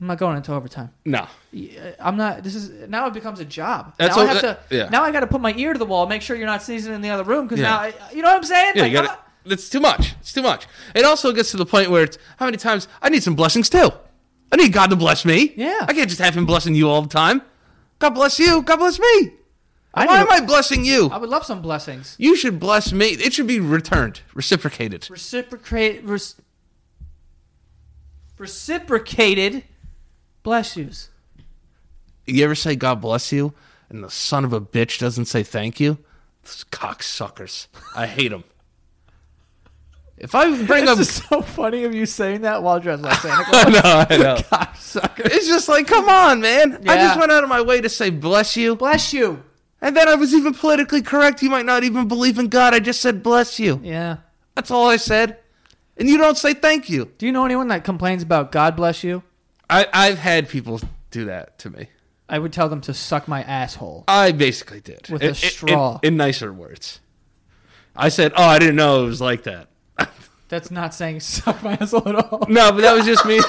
Speaker 1: I'm not going into overtime.
Speaker 2: No.
Speaker 1: Yeah, I'm not. This is now it becomes a job.
Speaker 2: That's
Speaker 1: now I
Speaker 2: all-
Speaker 1: have
Speaker 2: that-
Speaker 1: to.
Speaker 2: yeah.
Speaker 1: Now I got to put my ear to the wall, make sure you're not sneezing in the other room, because
Speaker 2: Yeah.
Speaker 1: now I, you know what I'm saying.
Speaker 2: Yeah,
Speaker 1: Like,
Speaker 2: you
Speaker 1: I'm
Speaker 2: got
Speaker 1: not-
Speaker 2: it. It's too much. It's too much. It also gets to the point where it's how many times I need some blessings too. I need God to bless me.
Speaker 1: Yeah.
Speaker 2: I can't just have Him blessing you all the time. God bless you. God bless me.
Speaker 1: I
Speaker 2: Why
Speaker 1: need
Speaker 2: am
Speaker 1: a-
Speaker 2: I blessing you?
Speaker 1: I would love some blessings.
Speaker 2: you should bless me. It should be returned, reciprocated.
Speaker 1: Reciprocate. Res, reciprocated. Bless yous.
Speaker 2: You ever say God bless you, and the son of a bitch doesn't say thank you? Those cocksuckers. I hate them. If I bring up,
Speaker 1: so funny of you saying that while dressed like Santa
Speaker 2: I know, I know.
Speaker 1: Cocksucker.
Speaker 2: It's just like, come on, man. I
Speaker 1: Yeah.
Speaker 2: just went out of my way to say bless you,
Speaker 1: Bless you.
Speaker 2: and then I was even politically correct. You might not even believe in God. I just said bless you.
Speaker 1: Yeah.
Speaker 2: That's all I said, and you don't say thank you.
Speaker 1: Do you know anyone that complains about God bless you?
Speaker 2: I, I've had people do that to me.
Speaker 1: I would tell them to suck my asshole.
Speaker 2: I basically did
Speaker 1: With
Speaker 2: In-
Speaker 1: a
Speaker 2: in-
Speaker 1: straw.
Speaker 2: In, in nicer words, I said, "Oh, I didn't know it was like that."
Speaker 1: That's not saying suck my asshole at all.
Speaker 2: No, but that was just me.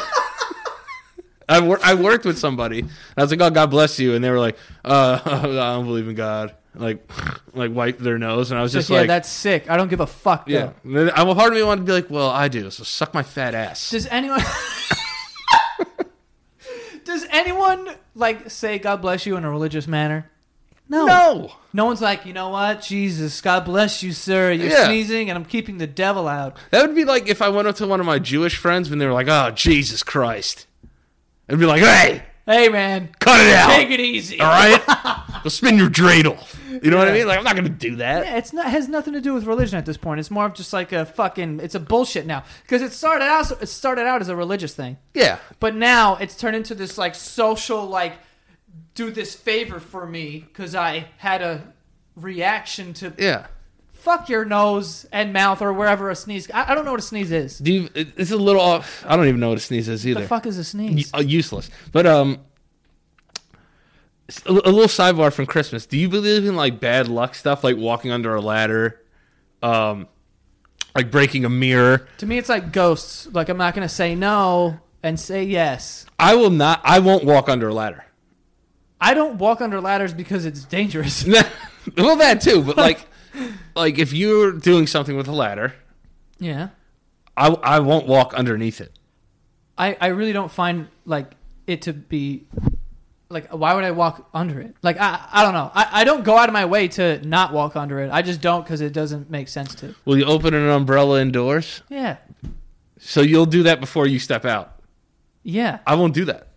Speaker 2: I, wor- I worked with somebody. And I was like, "Oh, God bless you," and they were like, "Uh, I don't believe in God." Like, like wipe their nose, and I was
Speaker 1: Just
Speaker 2: just
Speaker 1: yeah,
Speaker 2: like,
Speaker 1: that's sick. I don't give a fuck.
Speaker 2: "Yeah."
Speaker 1: though.
Speaker 2: And then I well, part of me wanted to be like, "Well, I do," so suck my fat ass.
Speaker 1: Does anyone? Does anyone like say God bless you in a religious manner? No.
Speaker 2: No,
Speaker 1: No one's like, you know what? Jesus, God bless you, sir. You're
Speaker 2: Yeah.
Speaker 1: sneezing, and I'm keeping the devil out.
Speaker 2: that would be like if I went up to one of my Jewish friends when they were like, "Oh, Jesus Christ," and be like, "Hey,
Speaker 1: Hey, man,
Speaker 2: cut it out."
Speaker 1: take it easy.
Speaker 2: All right, go spin your dreidel. You know what I
Speaker 1: Yeah.
Speaker 2: mean? Like, I'm not gonna do that.
Speaker 1: Yeah, it's not has nothing to do with religion at this point. It's more of just like a fucking. It's a bullshit now because it started out. It started out as a religious thing.
Speaker 2: Yeah,
Speaker 1: But now it's turned into this like social like do this favor for me because I had a reaction to
Speaker 2: yeah.
Speaker 1: fuck your nose and mouth or wherever a sneeze. I, I don't know what a sneeze is.
Speaker 2: Do you? it- It's a little off. I don't even know what a sneeze is either.
Speaker 1: The fuck is a sneeze?
Speaker 2: Uh, useless. But um, s- a, a little sidebar from Christmas. Do you believe in like bad luck stuff, like walking under a ladder, um, like breaking a mirror.
Speaker 1: To me, it's like ghosts. Like I'm not gonna say no and say yes.
Speaker 2: I will not. I won't walk under a ladder.
Speaker 1: I don't walk under ladders because it's dangerous.
Speaker 2: well, that too. But like, like if you're doing something with a ladder,
Speaker 1: yeah,
Speaker 2: I I won't walk underneath it.
Speaker 1: I I really don't find like it to be like why would I walk under it? Like I I don't know. I I don't go out of my way to not walk under it. I just don't because it doesn't make sense to.
Speaker 2: Will you open an umbrella indoors?
Speaker 1: Yeah,
Speaker 2: So you'll do that before you step out.
Speaker 1: yeah.
Speaker 2: I won't do that.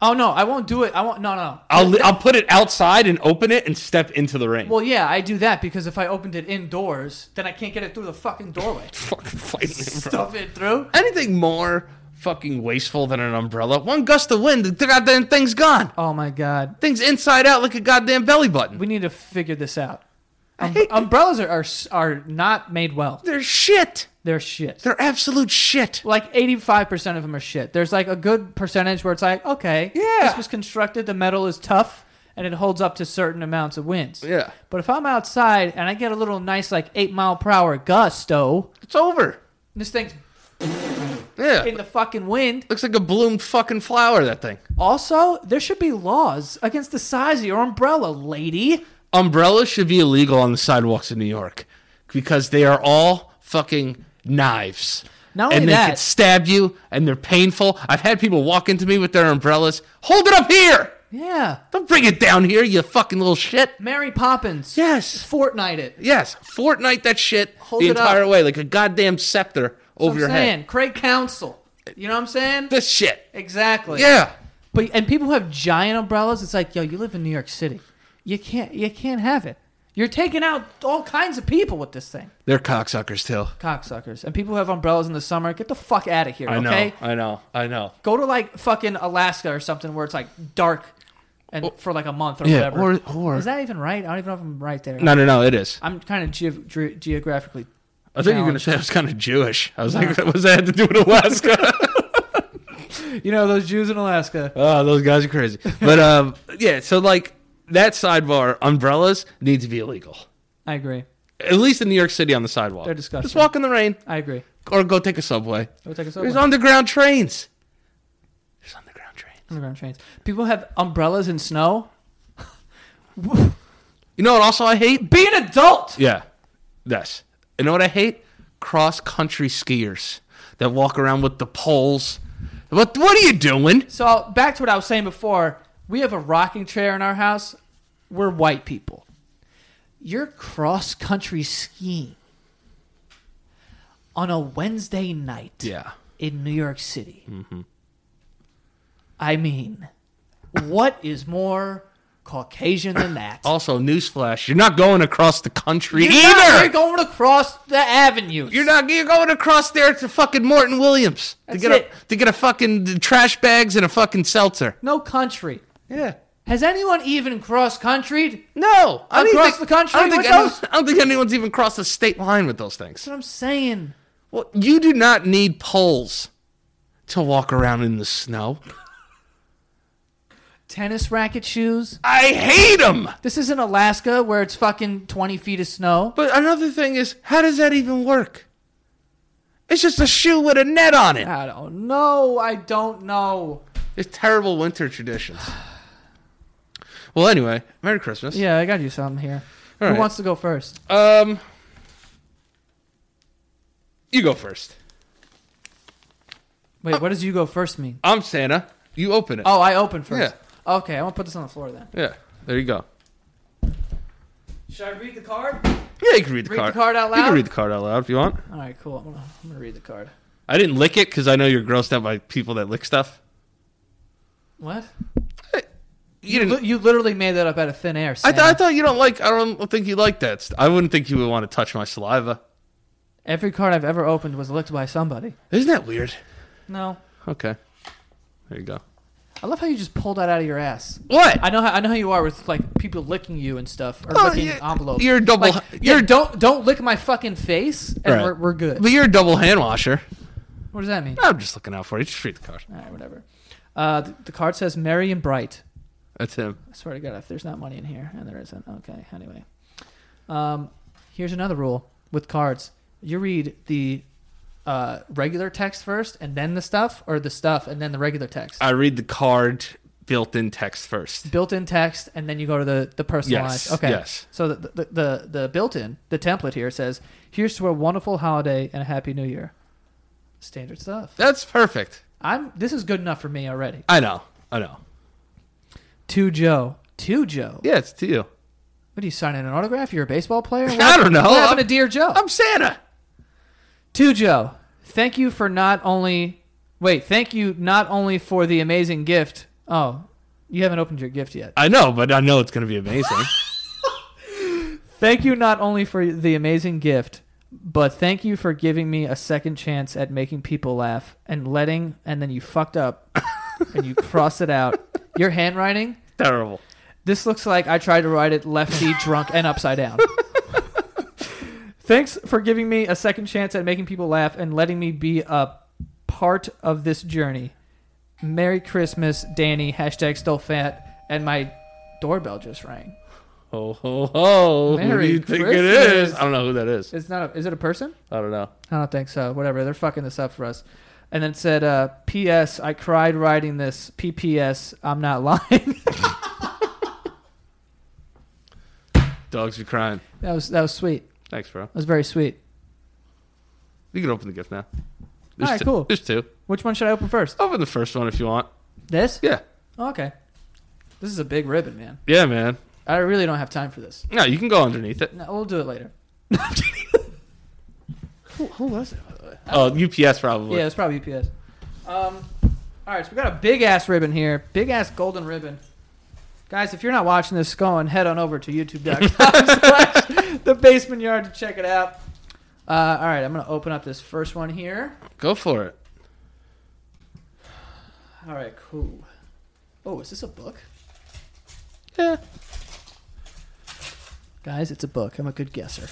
Speaker 1: Oh no, I won't do it. I won't. No, no.
Speaker 2: I'll I'll put it outside and open it and step into the rain.
Speaker 1: Well, yeah, I do that because if I opened it indoors, then I can't get it through the fucking doorway.
Speaker 2: Fucking fighting, bro.
Speaker 1: Stuff it through.
Speaker 2: Anything more fucking wasteful than an umbrella? One gust of wind, the goddamn thing's gone.
Speaker 1: Oh my god.
Speaker 2: Thing's inside out like a goddamn belly button.
Speaker 1: We need to figure this out.
Speaker 2: I
Speaker 1: Um,
Speaker 2: hate-
Speaker 1: umbrellas are, are are not made well.
Speaker 2: They're shit.
Speaker 1: They're shit.
Speaker 2: They're absolute shit.
Speaker 1: Like eighty five percent of them are shit. There's like a good percentage where it's like, okay,
Speaker 2: Yeah.
Speaker 1: this was constructed. The metal is tough and it holds up to certain amounts of winds.
Speaker 2: Yeah,
Speaker 1: But if I'm outside and I get a little nice like eight mile per hour gusto,
Speaker 2: it's over.
Speaker 1: this thing's
Speaker 2: Yeah,
Speaker 1: in the fucking wind.
Speaker 2: looks like a bloomed fucking flower. That thing.
Speaker 1: Also, there should be laws against the size of your umbrella, lady.
Speaker 2: Umbrellas should be illegal on the sidewalks in New York because they are all fucking knives.
Speaker 1: Not
Speaker 2: and
Speaker 1: only
Speaker 2: they
Speaker 1: that-
Speaker 2: could stab you, and they're painful. I've had people walk into me with their umbrellas. Hold it up here.
Speaker 1: Yeah,
Speaker 2: Don't bring it down here, you fucking little shit.
Speaker 1: Mary Poppins.
Speaker 2: Yes.
Speaker 1: Fortnite it.
Speaker 2: Yes. Fortnite that shit
Speaker 1: Hold
Speaker 2: the
Speaker 1: it up.
Speaker 2: entire way, like a goddamn scepter over
Speaker 1: I'm
Speaker 2: your
Speaker 1: saying.
Speaker 2: head.
Speaker 1: Craig Council. You know what I'm saying?
Speaker 2: This shit.
Speaker 1: Exactly.
Speaker 2: Yeah.
Speaker 1: But and people who have giant umbrellas, it's like, yo, you live in New York City. You can't you can't have it. You're taking out all kinds of people with this thing.
Speaker 2: They're cocksuckers too.
Speaker 1: Cocksuckers. And people who have umbrellas in the summer, get the fuck out of here,
Speaker 2: I know.
Speaker 1: okay?
Speaker 2: I know. I know.
Speaker 1: Go to like fucking Alaska or something where it's like dark and for like a month or
Speaker 2: Yeah.
Speaker 1: whatever.
Speaker 2: Or or
Speaker 1: Is that even right? I don't even know if I'm right there.
Speaker 2: no, no, no. It is.
Speaker 1: I'm kind of ge- ge- geographically.
Speaker 2: I thought you were gonna say I was kind of Jewish. I was like, what does that have to do with Alaska?
Speaker 1: You know those Jews in Alaska.
Speaker 2: oh, those guys are crazy. But um, yeah. So like that sidebar umbrellas need to be illegal.
Speaker 1: I agree.
Speaker 2: At least in New York City on the sidewalk.
Speaker 1: They're disgusting.
Speaker 2: Just walk in the rain
Speaker 1: I agree.
Speaker 2: or go take a subway.
Speaker 1: Go take a
Speaker 2: There's
Speaker 1: subway.
Speaker 2: underground trains. There's underground trains.
Speaker 1: Underground trains. People have umbrellas in snow.
Speaker 2: You know what? Also, I hate.
Speaker 1: Be an adult.
Speaker 2: Yeah. Yes. You know what I hate? Cross country skiers that walk around with the poles. What What are you doing?
Speaker 1: So back to what I was saying before. We have a rocking chair in our house. We're white people. You're cross country skiing on a Wednesday night
Speaker 2: Yeah. Mm-hmm.
Speaker 1: in New York City. I mean, what is more Caucasian than that?
Speaker 2: Also, newsflash: you're not going across the country
Speaker 1: You're
Speaker 2: either.
Speaker 1: not- you're going across the avenues.
Speaker 2: You're not you're going across there to fucking Morton Williams
Speaker 1: That's
Speaker 2: to get
Speaker 1: it.
Speaker 2: a to get a fucking trash bags and a fucking seltzer.
Speaker 1: No country.
Speaker 2: Yeah.
Speaker 1: Has anyone even cross countryed?
Speaker 2: No, I don't
Speaker 1: Across
Speaker 2: think-
Speaker 1: the country
Speaker 2: I don't, think
Speaker 1: with those?
Speaker 2: I don't think anyone's even crossed the state line with those things.
Speaker 1: That's what I'm saying.
Speaker 2: Well, you do not need poles to walk around in the snow.
Speaker 1: Tennis racket shoes.
Speaker 2: I hate them.
Speaker 1: This isn't Alaska where it's fucking 20 feet of snow.
Speaker 2: But another thing is, how does that even work? It's just a shoe with a net on it.
Speaker 1: I don't know. I don't know.
Speaker 2: It's terrible winter traditions. Well, anyway, Merry Christmas.
Speaker 1: Yeah, I got you something here.
Speaker 2: All
Speaker 1: Who
Speaker 2: right.
Speaker 1: wants to go first?
Speaker 2: Um, you go first.
Speaker 1: Wait, what does you go first mean?
Speaker 2: I'm Santa. You open it.
Speaker 1: Oh, I open first. Okay, I'm going to put this on the floor then.
Speaker 2: Yeah. There you go.
Speaker 1: Should I read the card?
Speaker 2: Yeah, you can read the
Speaker 1: Read
Speaker 2: card.
Speaker 1: the card out
Speaker 2: You
Speaker 1: loud?
Speaker 2: can read the card out loud if you want.
Speaker 1: All right, cool. I'm going to I'm gonna read the card.
Speaker 2: I didn't lick it because I know you're grossed out by people that lick stuff.
Speaker 1: What?
Speaker 2: You
Speaker 1: Li-
Speaker 2: didn't.
Speaker 1: You literally made that up out of thin air.
Speaker 2: I,
Speaker 1: Santa.
Speaker 2: th- I thought you don't like. I don't think you like that. St- I wouldn't think you would want to touch my saliva.
Speaker 1: Every card I've ever opened was licked by somebody.
Speaker 2: Isn't that weird?
Speaker 1: No.
Speaker 2: Okay. There you go.
Speaker 1: I love how you just pulled that out of your ass.
Speaker 2: What?
Speaker 1: I know how I know how you are with like people licking you and stuff or
Speaker 2: Oh,
Speaker 1: licking
Speaker 2: yeah,
Speaker 1: envelopes.
Speaker 2: you're double-
Speaker 1: Like,
Speaker 2: you're-
Speaker 1: yeah, don't don't lick my fucking face and
Speaker 2: Right.
Speaker 1: we're, we're good.
Speaker 2: but you're a double hand washer.
Speaker 1: What does that mean?
Speaker 2: I'm just looking out for you. Just read the card.
Speaker 1: All right, whatever. Uh, the, the card says merry and bright.
Speaker 2: That's him.
Speaker 1: I swear to God, if there's not money in here, and there isn't, okay. Anyway, um, here's another rule: with cards, you read the uh, regular text first and then the stuff, or the stuff and then the regular text.
Speaker 2: I read the card built-in text first.
Speaker 1: built-in text, and then you go to the the personalized.
Speaker 2: Yes,
Speaker 1: okay.
Speaker 2: yes.
Speaker 1: So the the, the the built-in the template here says, "Here's to a wonderful holiday and a happy new year." Standard stuff.
Speaker 2: That's perfect.
Speaker 1: I'm. This is good enough for me already.
Speaker 2: I know. I know.
Speaker 1: To Joe. To Joe.
Speaker 2: Yeah, it's to you.
Speaker 1: What are you signing an autograph? You're a baseball player. What,
Speaker 2: I don't know.
Speaker 1: what happened
Speaker 2: I'm-
Speaker 1: to Dear Joe?
Speaker 2: I'm Santa.
Speaker 1: To Joe, thank you for not only wait, thank you not only for the amazing gift. Oh, you haven't opened your gift yet.
Speaker 2: I know, but I know it's going to be amazing.
Speaker 1: Thank you not only for the amazing gift, but thank you for giving me a second chance at making people laugh and letting and then you fucked up and you crossed it out. Your handwriting?
Speaker 2: Terrible.
Speaker 1: This looks like I tried to write it lefty, drunk, and upside down. Thanks for giving me a second chance at making people laugh and letting me be a part of this journey. Merry Christmas, Danny. Hashtag still fat. And my doorbell just rang.
Speaker 2: Ho ho ho!
Speaker 1: Merry
Speaker 2: who do you think it
Speaker 1: Christmas.
Speaker 2: is? I don't know who that is.
Speaker 1: It's not a. Is it a person?
Speaker 2: I don't know.
Speaker 1: I don't think so. Whatever. They're fucking this up for us. And then it said, uh, P.S. I cried writing this. P.P.S. I'm not lying.
Speaker 2: Dogs be crying.
Speaker 1: that was that was sweet.
Speaker 2: Thanks, bro.
Speaker 1: That was very sweet.
Speaker 2: You can open the gift
Speaker 1: All
Speaker 2: now.
Speaker 1: right,
Speaker 2: two.
Speaker 1: cool.
Speaker 2: There's two.
Speaker 1: Which one should I open first?
Speaker 2: Open the first one if you want.
Speaker 1: This?
Speaker 2: Yeah.
Speaker 1: Oh, okay. This is a big ribbon, man.
Speaker 2: Yeah, man.
Speaker 1: I really don't have time for this.
Speaker 2: No, you can go underneath it.
Speaker 1: No, we'll do it later.
Speaker 2: Who, who was it? by the way? Oh, UPS probably.
Speaker 1: Yeah, it's probably UPS. Um, all right, so we got a big ass ribbon here, big ass golden ribbon. Guys, if you're not watching this, go and head on over to youtube.com slash the basement yard to check it out. Uh, all right, I'm going to open up this first one here.
Speaker 2: Go for it.
Speaker 1: All right, cool. Oh, is this a book?
Speaker 2: Yeah.
Speaker 1: Guys, it's a book. I'm a good guesser.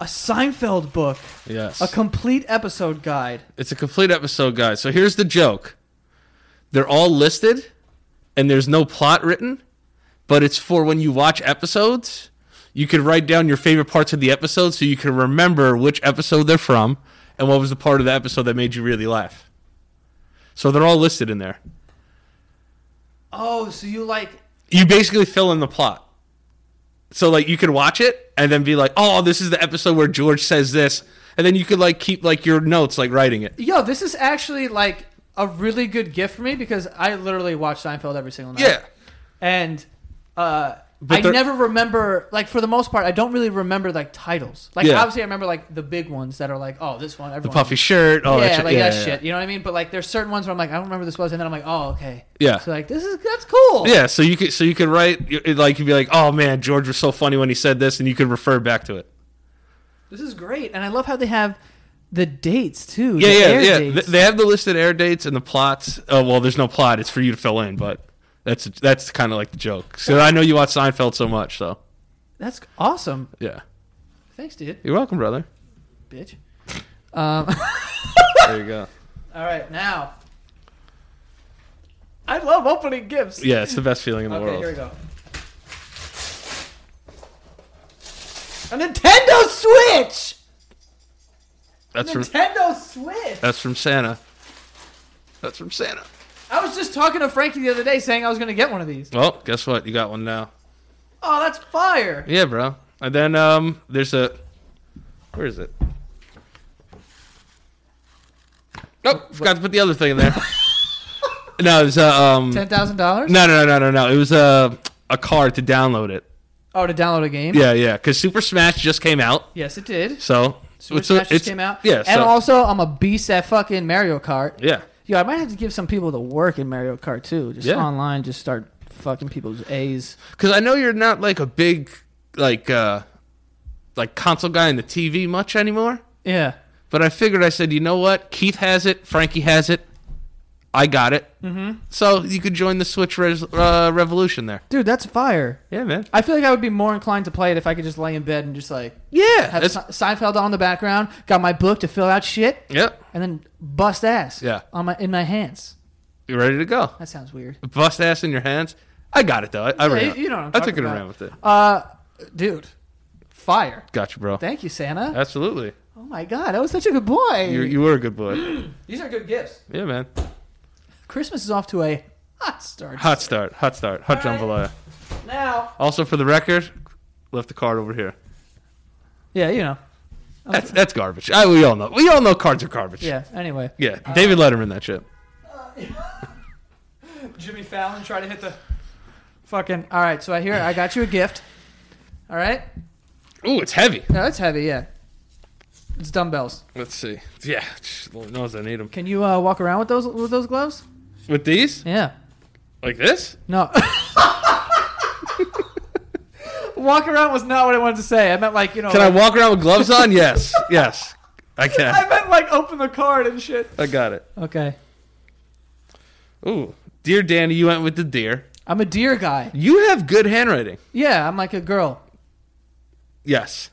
Speaker 1: A Seinfeld book,
Speaker 2: Yes.
Speaker 1: a complete episode guide.
Speaker 2: it's a complete episode, guys. So here's the joke. They're all listed, and there's no plot written, but it's for when you watch episodes. You could write down your favorite parts of the episode so you can remember which episode they're from and what was the part of the episode that made you really laugh. So they're all listed in there.
Speaker 1: Oh, so you like
Speaker 2: you basically fill in the plot. So like you could watch it and then be like, "Oh, this is the episode where George says this," and then you could like keep like your notes, like writing it.
Speaker 1: Yo, this is actually like a really good gift for me because I literally watch Seinfeld every single night.
Speaker 2: Yeah,
Speaker 1: And uh
Speaker 2: But
Speaker 1: I
Speaker 2: they're-
Speaker 1: never remember like for the most part I don't really remember like titles. Like
Speaker 2: Yeah.
Speaker 1: obviously I remember like the big ones that are like, oh this one, everyone
Speaker 2: puffy shirt. Oh,
Speaker 1: yeah,
Speaker 2: that shit.
Speaker 1: like
Speaker 2: yeah,
Speaker 1: that
Speaker 2: yeah,
Speaker 1: shit. You know what I mean? But like, there's certain ones where I'm like, I don't remember this was, and then I'm like, oh, okay.
Speaker 2: Yeah.
Speaker 1: So like, this is that's cool.
Speaker 2: Yeah, so you could so you could write you- like you'd be like, "Oh man, George was so funny when he said this," and you could refer back to it.
Speaker 1: This is great, and I love how they have the dates too.
Speaker 2: Yeah,
Speaker 1: the
Speaker 2: yeah,
Speaker 1: air
Speaker 2: yeah. Th-
Speaker 1: dates.
Speaker 2: They have the listed air dates and the plots. Uh, well, there's no plot; it's for you to fill in, but. That's that's kind of like the joke. So I know you watch Seinfeld so much, so
Speaker 1: that's awesome.
Speaker 2: yeah.
Speaker 1: Thanks, dude.
Speaker 2: You're welcome, brother.
Speaker 1: Bitch. Um,
Speaker 2: There you go.
Speaker 1: all right, now. I love opening gifts.
Speaker 2: Yeah, it's the best feeling in the
Speaker 1: Okay,
Speaker 2: world.
Speaker 1: here we go. A Nintendo Switch.
Speaker 2: That's from
Speaker 1: Nintendo Switch.
Speaker 2: that's from Santa. That's from Santa.
Speaker 1: I was just talking to Frankie the other day, saying I was going to get one of these.
Speaker 2: Well, guess what? You got one now.
Speaker 1: Oh, that's fire.
Speaker 2: Yeah, bro. And then um, there's a where is it? Oh, forgot to put the other thing in there. no, it was uh, um, no,
Speaker 1: Ten thousand dollars?
Speaker 2: no, no, no, no, no. It was uh, a card to download it.
Speaker 1: Oh, to download a game?
Speaker 2: Yeah, yeah. Because Super Smash just came out,
Speaker 1: Yes, it did.
Speaker 2: so
Speaker 1: Super
Speaker 2: it's a-
Speaker 1: Smash just
Speaker 2: it's-
Speaker 1: came out.
Speaker 2: Yeah,
Speaker 1: And
Speaker 2: so-
Speaker 1: also, I'm a beast at fucking Mario Kart.
Speaker 2: yeah.
Speaker 1: Yo, I might have to give some people to work in Mario Kart too. Just
Speaker 2: Yeah.
Speaker 1: online, just start fucking people's A's.
Speaker 2: Because I know you're not like a big like uh, like console guy in the TV much anymore.
Speaker 1: Yeah.
Speaker 2: But I figured I said, you know what? Keith has it. Frankie has it. I got it. Mm-hmm. So you could join the Switch res- uh, revolution there.
Speaker 1: Dude, that's fire.
Speaker 2: Yeah, man.
Speaker 1: I feel like I would be more inclined to play it if I could just lay in bed and just like
Speaker 2: Yeah.
Speaker 1: have
Speaker 2: That's,
Speaker 1: Se- Seinfeld on in the background, got my book to fill out shit,
Speaker 2: yeah.
Speaker 1: and then bust ass.
Speaker 2: Yeah.
Speaker 1: On my in my hands.
Speaker 2: You ready to go?
Speaker 1: That sounds weird.
Speaker 2: Bust ass in your hands. I got it though. I, I
Speaker 1: Yeah,
Speaker 2: ran.
Speaker 1: you- you know what I'm
Speaker 2: I took
Speaker 1: talking
Speaker 2: it
Speaker 1: about.
Speaker 2: around with it.
Speaker 1: Uh, dude, fire!
Speaker 2: Gotcha, bro.
Speaker 1: Thank you, Santa.
Speaker 2: Absolutely.
Speaker 1: Oh my God, that was such a good boy.
Speaker 2: Uh, You you were a good boy.
Speaker 1: These are good gifts.
Speaker 2: Yeah, man.
Speaker 1: Christmas is off to a hot start.
Speaker 2: Hot start. Hot start. Hot
Speaker 1: All right.
Speaker 2: jambalaya.
Speaker 1: now.
Speaker 2: Also, for the record, left the card over here.
Speaker 1: Yeah, you know.
Speaker 2: That's that's garbage. I, we all know. We all know cards are garbage.
Speaker 1: Yeah. Anyway,
Speaker 2: Yeah. David Letterman, that shit.
Speaker 1: Jimmy Fallon tried to hit the fucking. All right, so I hear I got you a gift. All right.
Speaker 2: Ooh, it's heavy.
Speaker 1: No, it's heavy. Yeah. It's dumbbells.
Speaker 2: Let's see. Yeah, just- Lord knows I need them.
Speaker 1: Can you uh, walk around with those with those gloves?
Speaker 2: With these,
Speaker 1: Yeah.
Speaker 2: like this.
Speaker 1: No. walk around was not what I wanted to say. I meant like you know.
Speaker 2: Can I
Speaker 1: like-
Speaker 2: walk around with gloves on? Yes. Yes. I
Speaker 1: I
Speaker 2: can.
Speaker 1: meant like open the card and shit.
Speaker 2: I got it.
Speaker 1: Okay.
Speaker 2: Ooh, dear Danny, you went with the deer.
Speaker 1: I'm a deer guy.
Speaker 2: You have good handwriting.
Speaker 1: Yeah, I'm like a girl.
Speaker 2: Yes.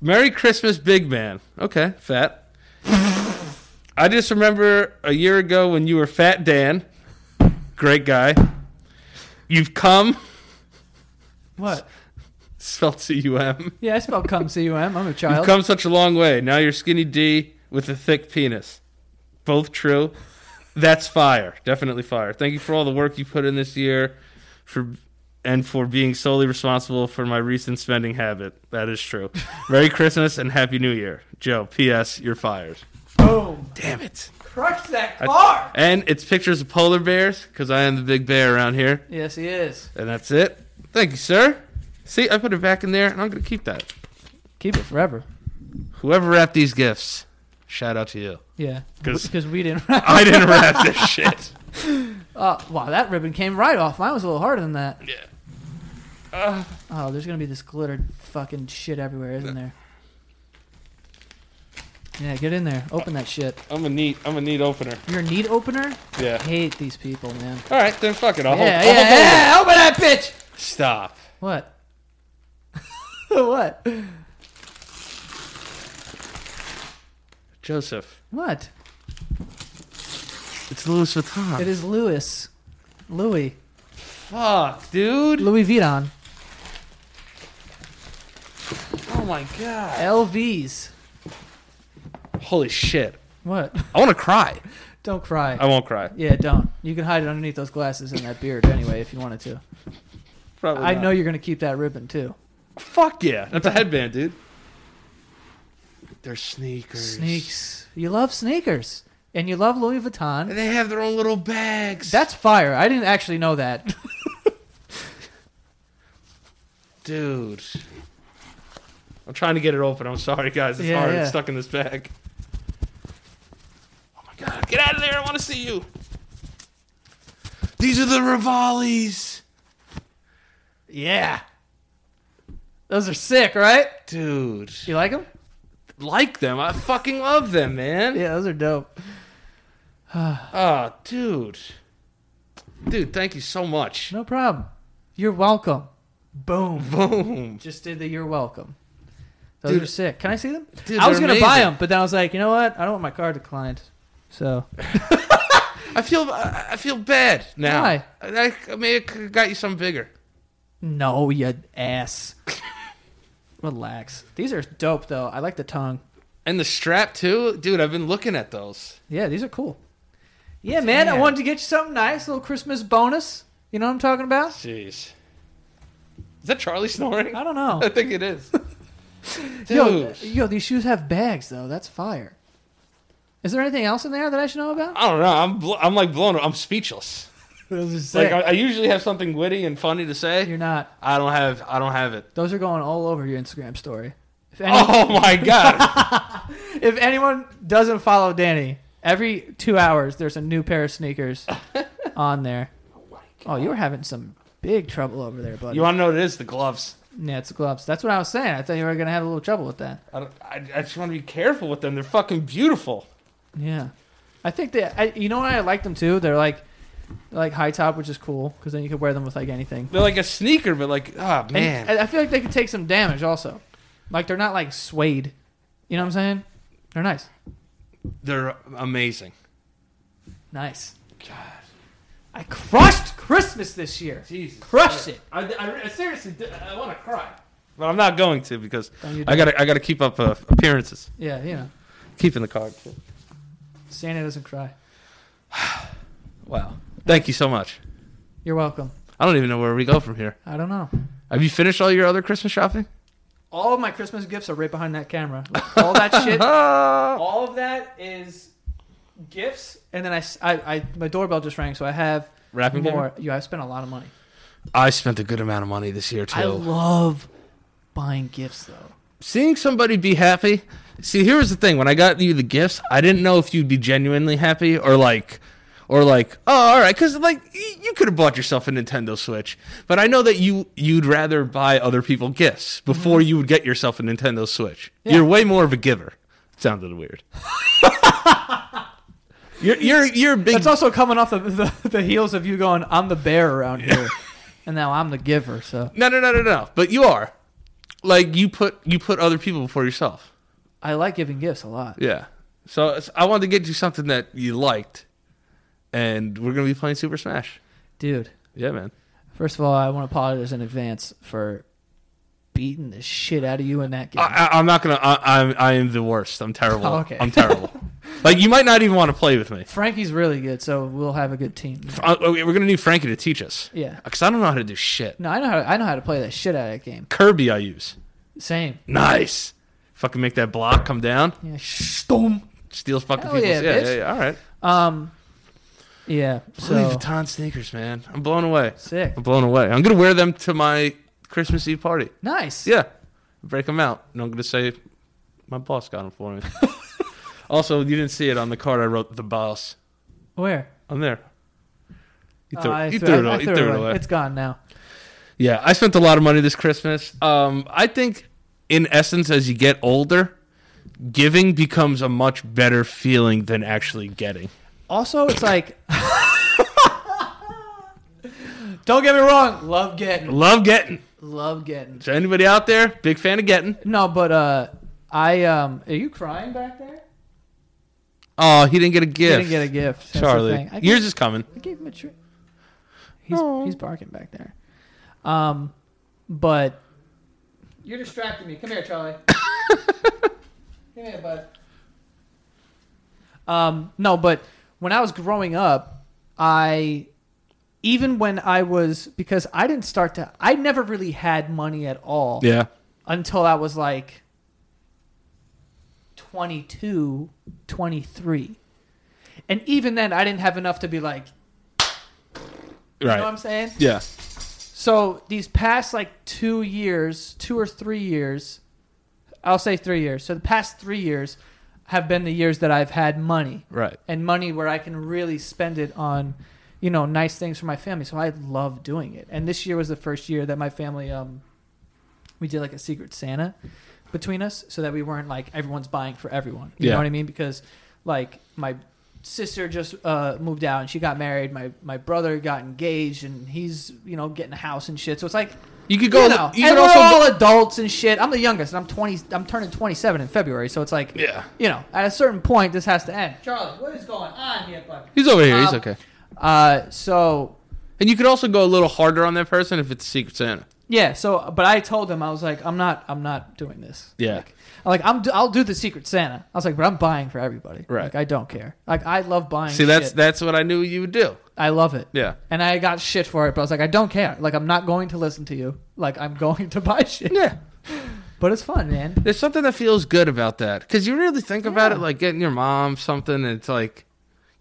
Speaker 2: Merry Christmas, big man. Okay, fat. I just remember a year ago when you were Fat Dan. Great guy. You've come,
Speaker 1: What?
Speaker 2: spelled C U M.
Speaker 1: Yeah, I spelled cum C U M. I'm a
Speaker 2: You've
Speaker 1: child.
Speaker 2: come such a long way. Now you're skinny D with a thick penis. Both true. That's fire. Definitely fire. Thank you for all the work you put in this year for and for being solely responsible for my recent spending habit. That is true. Merry Christmas and Happy New Year. Joe, P.S. You're fired.
Speaker 1: Boom.
Speaker 2: Damn it.
Speaker 1: Crush that
Speaker 2: I-
Speaker 1: car.
Speaker 2: And it's pictures of polar bears because I am the big bear around here.
Speaker 1: Yes, he is.
Speaker 2: And that's it. Thank you, sir. See, I put it back in there and I'm going to keep that.
Speaker 1: Keep it forever.
Speaker 2: Whoever wrapped these gifts, shout out to you.
Speaker 1: Yeah.
Speaker 2: 'Cause-
Speaker 1: Because we didn't.
Speaker 2: I didn't wrap this shit.
Speaker 1: Uh, wow, that ribbon came right off. Mine was a little harder than that.
Speaker 2: Yeah.
Speaker 1: Oh, there's gonna be this glittered fucking shit everywhere, isn't there? Yeah, get in there. Open that shit.
Speaker 2: I'm a neat. I'm a neat opener.
Speaker 1: You're a need opener. I
Speaker 2: Yeah.
Speaker 1: hate these people, man.
Speaker 2: All right, then fuck it. I'll hold.
Speaker 1: yeah,
Speaker 2: I'll
Speaker 1: yeah,
Speaker 2: hold on.
Speaker 1: yeah. Open that bitch.
Speaker 2: Stop.
Speaker 1: What? what?
Speaker 2: Joseph,
Speaker 1: What?
Speaker 2: it's Louis Vuitton.
Speaker 1: It is Louis. Louis.
Speaker 2: Fuck, dude.
Speaker 1: Louis Vuitton.
Speaker 2: Oh my god.
Speaker 1: LVs.
Speaker 2: Holy shit.
Speaker 1: What?
Speaker 2: I want to cry.
Speaker 1: Don't cry.
Speaker 2: I won't cry.
Speaker 1: yeah, don't. You can hide it underneath those glasses and that beard anyway if you wanted to.
Speaker 2: Probably.
Speaker 1: I
Speaker 2: not.
Speaker 1: know you're gonna keep that ribbon too.
Speaker 2: Fuck yeah. That's a headband, dude. They're sneakers.
Speaker 1: Sneaks. You love sneakers, and you love Louis Vuitton.
Speaker 2: They have their own little bags.
Speaker 1: That's fire. I didn't actually know that.
Speaker 2: dude. I'm trying to get it open. I'm sorry, guys. It's
Speaker 1: Yeah,
Speaker 2: hard.
Speaker 1: yeah.
Speaker 2: It's stuck in this bag. Oh my god! Get out of there! I want to see you. These are the Rivalis,
Speaker 1: yeah. Those are sick, right?
Speaker 2: dude.
Speaker 1: You like them?
Speaker 2: Like them? I fucking love them, man.
Speaker 1: Yeah, those are dope.
Speaker 2: Oh, dude. Dude, thank you so much.
Speaker 1: No problem. You're welcome. Boom.
Speaker 2: Boom.
Speaker 1: Just did the you're welcome. Those
Speaker 2: Dude.
Speaker 1: are sick. Can I see them?
Speaker 2: Dude,
Speaker 1: I was
Speaker 2: they're
Speaker 1: gonna buy
Speaker 2: amazing.
Speaker 1: them, but then I was like, you know what? I don't want my card declined. So
Speaker 2: I feel I I feel bad now.
Speaker 1: Why?
Speaker 2: I, I maybe I could got you something bigger.
Speaker 1: no, you ass. Relax. These are dope though. I like the tongue.
Speaker 2: And the strap too, dude. I've been looking at those.
Speaker 1: Yeah, these are cool. Yeah, man, I
Speaker 2: Damn.
Speaker 1: wanted to get you something nice, a little Christmas bonus. You know what I'm talking about?
Speaker 2: Jeez. Is that Charlie snoring?
Speaker 1: I don't know.
Speaker 2: I think it is. Dude.
Speaker 1: yo, yo, these shoes have bags though. That's fire. Is there anything else in there that I should know about?
Speaker 2: I don't know. I'm bl- I'm like blown. I'm speechless.
Speaker 1: Those are sick.
Speaker 2: Like I, I usually have something witty and funny to say.
Speaker 1: You're not.
Speaker 2: I don't have. I don't have it.
Speaker 1: Those are going all over your Instagram story. If, any,
Speaker 2: Oh my god.
Speaker 1: if anyone doesn't follow Danny, every two hours there's a new pair of sneakers on there. Oh, you were having some big trouble over there, buddy.
Speaker 2: you want to know what it is? The gloves.
Speaker 1: yeah, it's gloves. That's what I was saying. I thought you were gonna have a little trouble with that.
Speaker 2: I, don't, I, I just want to be careful with them. They're fucking beautiful.
Speaker 1: Yeah, I think that I, you know what I like them too. They're like they're like high top, which is cool because then you could wear them with like anything.
Speaker 2: They're like a sneaker, but like, oh man.
Speaker 1: And I I feel like they could take some damage also. Like they're not like suede. You know what I'm saying? They're nice.
Speaker 2: they're amazing.
Speaker 1: Nice.
Speaker 2: God.
Speaker 1: I crushed Christmas this year.
Speaker 2: Jesus.
Speaker 1: Crushed it.
Speaker 2: I, I, I seriously, did- I want to cry, but I'm not going to because
Speaker 1: Don't you
Speaker 2: I got to I got to keep up uh, appearances,
Speaker 1: Yeah, you know,
Speaker 2: keeping the card.
Speaker 1: Santa doesn't cry.
Speaker 2: Wow. Thank you so much.
Speaker 1: You're welcome.
Speaker 2: I don't even know where we go from here.
Speaker 1: I don't know.
Speaker 2: Have you finished all your other Christmas shopping?
Speaker 1: All of my Christmas gifts are right behind that camera. Like, all that shit.
Speaker 2: Ah.
Speaker 1: All of that is gifts, and then I, s- I- I- my doorbell just rang, so I have
Speaker 2: Wrapping paper?
Speaker 1: more. Yeah, I spent a lot of money.
Speaker 2: I spent a good amount of money this year too.
Speaker 1: I love buying gifts though.
Speaker 2: seeing somebody be happy. See, here's the thing: when I got you the gifts, I didn't know if you'd be genuinely happy or like, or like, oh, all right, because like y- you could have bought yourself a Nintendo Switch, but I know that you you'd rather buy other people gifts before you would get yourself a Nintendo Switch.
Speaker 1: Yeah.
Speaker 2: You're way more of a giver. sounded weird. you're you're you're a big.
Speaker 1: That's also coming off the, the, the heels of you going, I'm the bear around here, and now I'm the giver. So
Speaker 2: no, no, no, no, no. But you are, like, you put you put other people before yourself.
Speaker 1: I like giving gifts a lot.
Speaker 2: Yeah. So it's- I wanted to get you something that you liked, and we're gonna be playing Super Smash.
Speaker 1: Dude,
Speaker 2: Yeah, man.
Speaker 1: first of all, I want to apologize in advance for beating the shit out of you in that game.
Speaker 2: I, I, I'm not gonna. I, I'm. I am the worst. I'm terrible.
Speaker 1: Oh, okay.
Speaker 2: I'm terrible. like you might not even want to play with me.
Speaker 1: Frankie's really good, so we'll have a good team.
Speaker 2: Uh, okay, we're gonna need Frankie to teach us
Speaker 1: Yeah.
Speaker 2: because I don't know how to do shit.
Speaker 1: No, I know how to, I know how to play that shit out of that game.
Speaker 2: Kirby, I use.
Speaker 1: Same.
Speaker 2: Nice. Fucking make that block come down.
Speaker 1: Yeah. Storm.
Speaker 2: Steals fucking
Speaker 1: Hell
Speaker 2: people's.
Speaker 1: yeah,
Speaker 2: yeah,
Speaker 1: bitch.
Speaker 2: yeah, yeah. All right.
Speaker 1: Um. Yeah.
Speaker 2: Louis
Speaker 1: So
Speaker 2: Vuitton sneakers, man. I'm blown away.
Speaker 1: sick.
Speaker 2: I'm blown away. I'm gonna wear them to my Christmas Eve party.
Speaker 1: Nice.
Speaker 2: Yeah, break them out, and I'm gonna say my boss got them for me. also, you didn't see it on the card. I wrote the boss
Speaker 1: Where?
Speaker 2: on there. You threw,
Speaker 1: Oh, I
Speaker 2: you
Speaker 1: threw-
Speaker 2: threw
Speaker 1: I- I
Speaker 2: it, away.
Speaker 1: threw
Speaker 2: You threw it away.
Speaker 1: It's gone now.
Speaker 2: Yeah, I spent a lot of money this Christmas. Um, I think, in essence, as you get older, giving becomes a much better feeling than actually getting.
Speaker 1: Also, it's like. Don't get me wrong. Love getting.
Speaker 2: Love getting.
Speaker 1: Love getting.
Speaker 2: So anybody out there, big fan of getting?
Speaker 1: No, but uh, I um. Are you crying back there?
Speaker 2: Oh, he didn't get a
Speaker 1: You
Speaker 2: gift.
Speaker 1: didn't get a gift. That's the
Speaker 2: Charlie,
Speaker 1: thing. I
Speaker 2: yours is coming.
Speaker 1: I gave him a treat. He's
Speaker 2: Aw.
Speaker 1: he's barking back there. Um, but you're distracting me. Come here, Charlie. Come here, bud. Um, no, but when I was growing up, I even when I was because I didn't start to I never really had money at all
Speaker 2: Yeah.
Speaker 1: until I was like 22, 23. And even then I didn't have enough to be like you know what
Speaker 2: Right.
Speaker 1: I'm saying?
Speaker 2: Yeah.
Speaker 1: So these past like two years, two or three years, I'll say three years. So the past three years have been the years that I've had money
Speaker 2: Right.
Speaker 1: and money where I can really spend it on, you know, nice things for my family. So I love doing it. And this year was the first year that my family, um, we did like a secret Santa between us so that we weren't like everyone's buying for everyone. You
Speaker 2: Yeah.
Speaker 1: know what I mean? Because like my sister just uh, moved out and she got married. My, my brother got engaged and he's, you know, getting a house and shit. So it's like,
Speaker 2: You could go.
Speaker 1: you know,
Speaker 2: you
Speaker 1: and
Speaker 2: could
Speaker 1: we're
Speaker 2: also.
Speaker 1: all
Speaker 2: go-
Speaker 1: adults and shit. I'm the youngest and I'm 20, I'm turning 27 in February. So it's like,
Speaker 2: yeah.
Speaker 1: you know, at a certain point, this has to end. Charlie, what is going on here, bud?
Speaker 2: He's over here. He's
Speaker 1: Um,
Speaker 2: okay.
Speaker 1: Uh, so
Speaker 2: And you could also go a little harder on that person if it's Secret Santa.
Speaker 1: yeah, so but I told him I was like, I'm not, I'm not doing this.
Speaker 2: Yeah.
Speaker 1: like, like I'm, do, I'll do the Secret Santa. I was like, but I'm buying for everybody.
Speaker 2: Right.
Speaker 1: like I don't care. Like I love buying.
Speaker 2: See, that's
Speaker 1: shit.
Speaker 2: that's what I knew you would do.
Speaker 1: I love it.
Speaker 2: Yeah.
Speaker 1: And I got shit for it, but I was like, I don't care. Like I'm not going to listen to you. Like I'm going to buy shit.
Speaker 2: Yeah.
Speaker 1: But it's fun, man.
Speaker 2: There's something that feels good about that because you really think about it,
Speaker 1: Yeah.
Speaker 2: like getting your mom something. And it's like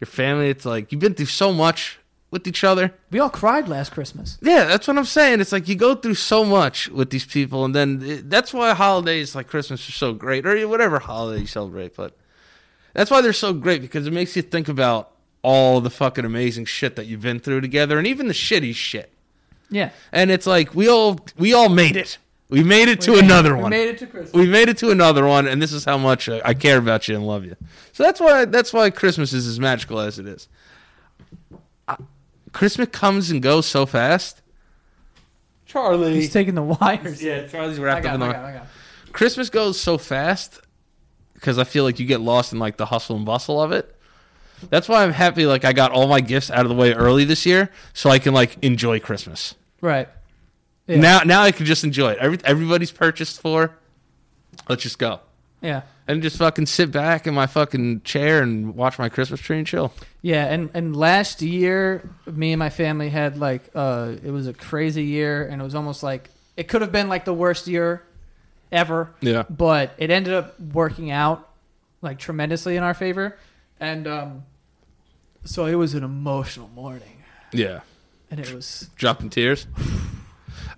Speaker 2: your family. It's like you've been through so much with each other.
Speaker 1: We all cried last Christmas.
Speaker 2: Yeah, that's what I'm saying. It's like you go through so much with these people, and then eh, that's why holidays like Christmas are so great, or whatever holiday you celebrate. But that's why they're so great because it makes you think about all the fucking amazing shit that you've been through together, and even the shitty shit.
Speaker 1: Yeah.
Speaker 2: And it's like we all we all made it. We made it to
Speaker 1: We made-
Speaker 2: another
Speaker 1: we
Speaker 2: one.
Speaker 1: made it to Christmas.
Speaker 2: We made it to another one, and this is how much I, I care about you and love you. So that's why that's why Christmas is as magical as it is. I- Christmas comes and goes so fast. Charlie,
Speaker 1: He's taking the wires.
Speaker 2: yeah, Charlie's
Speaker 1: I
Speaker 2: wrapped
Speaker 1: got,
Speaker 2: up
Speaker 1: him,
Speaker 2: in
Speaker 1: I
Speaker 2: the.
Speaker 1: got, him, I got. him.
Speaker 2: Christmas goes so fast because I feel like you get lost in like the hustle and bustle of it. That's why I'm happy. Like I got all my gifts out of the way early this year, so I can like enjoy Christmas.
Speaker 1: Right. Yeah.
Speaker 2: Now, now I can just enjoy it. Every, everybody's purchased for. Let's just go
Speaker 1: Yeah.
Speaker 2: and just fucking sit back in my fucking chair and watch my Christmas tree and chill.
Speaker 1: Yeah, and and last year, me and my family had like uh, it was a crazy year, and it was almost like it could have been like the worst year ever.
Speaker 2: Yeah.
Speaker 1: But it ended up working out like tremendously in our favor, and um, so it was an emotional morning,
Speaker 2: Yeah.
Speaker 1: and it was
Speaker 2: Dropping tears.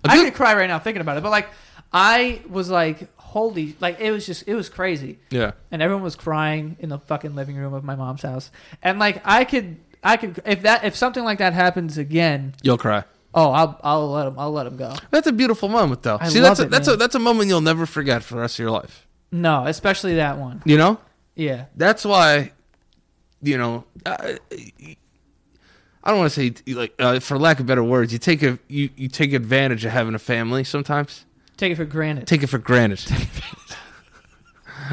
Speaker 2: A
Speaker 1: I
Speaker 2: good-
Speaker 1: could cry right now thinking about it, but like I was like holy, like it was just it was crazy.
Speaker 2: yeah.
Speaker 1: and everyone was crying in the fucking living room of my mom's house. And like I could I could if that if something like that happens again,
Speaker 2: You'll cry.
Speaker 1: oh, I'll I'll let him I'll let him go.
Speaker 2: That's a beautiful moment, though.
Speaker 1: I
Speaker 2: See,
Speaker 1: love
Speaker 2: that's a,
Speaker 1: it,
Speaker 2: that's
Speaker 1: man.
Speaker 2: a that's a moment you'll never forget for the rest of your life.
Speaker 1: No, especially that one.
Speaker 2: You know,
Speaker 1: Yeah.
Speaker 2: that's why, you know, I, I don't want to say like uh, for lack of better words, you take a you, you take advantage of having a family sometimes.
Speaker 1: Take it for granted.
Speaker 2: Take it for granted.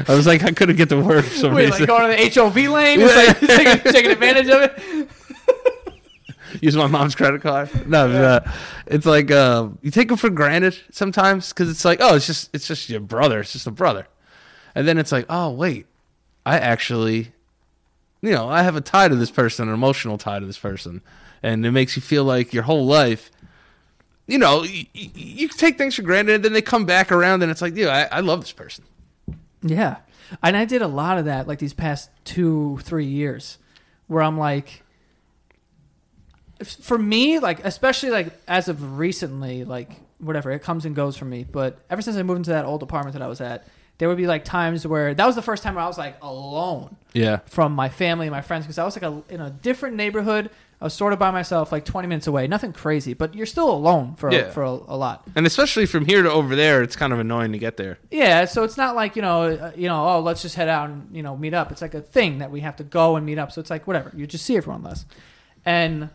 Speaker 2: I was like, I couldn't get the word for some
Speaker 1: Wait, like
Speaker 2: reason.
Speaker 1: going to the HOV lane? It's like taking, taking advantage of it?
Speaker 2: Use my mom's credit card. No, it's, uh, it's like uh, you take them for granted sometimes because it's like, oh, it's just it's just your brother. It's just a brother, and then it's like, oh wait, I actually, you know, I have a tie to this person, an emotional tie to this person, and it makes you feel like your whole life. You know, you, you take things for granted, and then they come back around, and it's like, yeah, I, I love this person.
Speaker 1: Yeah. And I did a lot of that like these past two, three years where I'm like, for me, like, especially like as of recently, like, whatever, it comes and goes for me. But ever since I moved into that old apartment that I was at, there would be like times where that was the first time where I was like alone
Speaker 2: Yeah,
Speaker 1: from my family and my friends because I was like a, in a different neighborhood. I was sort of by myself, like 20 minutes away. Nothing crazy, but you're still alone for,
Speaker 2: Yeah.
Speaker 1: for a, a lot.
Speaker 2: and especially from here to over there, it's kind of annoying to get there.
Speaker 1: Yeah, so it's not like you know, uh, you know, oh, let's just head out and you know meet up. It's like a thing that we have to go and meet up. So it's like whatever, you just see everyone less. And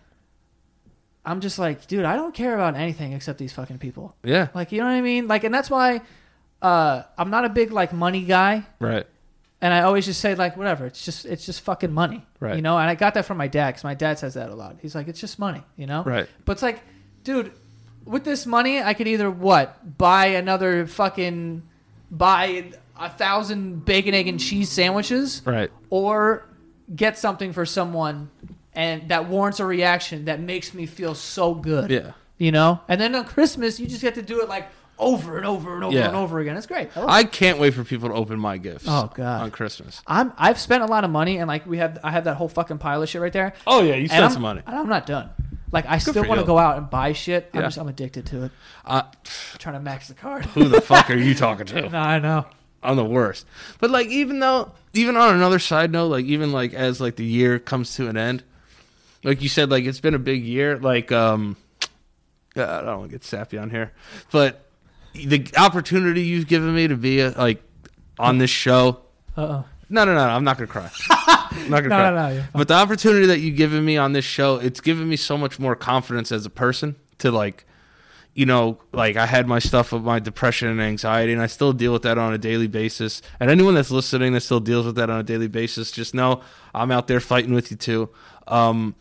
Speaker 1: I'm just like, dude, I don't care about anything except these fucking people.
Speaker 2: Yeah,
Speaker 1: Like, you know what I mean? Like, and that's why uh, I'm not a big like money guy,
Speaker 2: right.
Speaker 1: and I always just say like, whatever. It's just it's just fucking money,
Speaker 2: Right.
Speaker 1: You know. And I got that from my dad because my dad says that a lot. He's like, it's just money, you know.
Speaker 2: Right.
Speaker 1: But it's like, dude, with this money, I could either what buy another fucking buy a thousand bacon, egg, and cheese sandwiches,
Speaker 2: Right.
Speaker 1: or get something for someone, and that warrants a reaction that makes me feel so good.
Speaker 2: Yeah.
Speaker 1: You know. And then on Christmas, you just get to do it like over and over and over
Speaker 2: Yeah.
Speaker 1: and over again. It's great. I love it.
Speaker 2: I can't wait for people to open my gifts.
Speaker 1: Oh, God.
Speaker 2: On Christmas.
Speaker 1: I'm I've spent a lot of money and like we have I have that whole fucking pile of shit right there.
Speaker 2: Oh yeah, you
Speaker 1: And
Speaker 2: spent
Speaker 1: I'm-
Speaker 2: some money.
Speaker 1: And I'm not done. Like I still
Speaker 2: for
Speaker 1: want to
Speaker 2: you.
Speaker 1: go out and buy shit. I'm
Speaker 2: Yeah.
Speaker 1: just I'm addicted to it.
Speaker 2: Uh,
Speaker 1: I'm trying to max the card.
Speaker 2: who the fuck are you talking to?
Speaker 1: no, I know.
Speaker 2: I'm the worst. But like, even though, even on another side note, like even like as like the year comes to an end, like you said, like it's been a big year. Like, um, uh, I don't want to get sappy on here, but the opportunity you've given me to be uh like on this show.
Speaker 1: Uh oh.
Speaker 2: No, no, no, no I'm not gonna cry. I'm not gonna
Speaker 1: No,
Speaker 2: cry.
Speaker 1: no, no, you're fine.
Speaker 2: But the opportunity that you've given me on this show, it's given me so much more confidence as a person to like, you know, like I had my stuff with my depression and anxiety, and I still deal with that on a daily basis. And anyone that's listening that still deals with that on a daily basis, just know I'm out there fighting with you too. Um,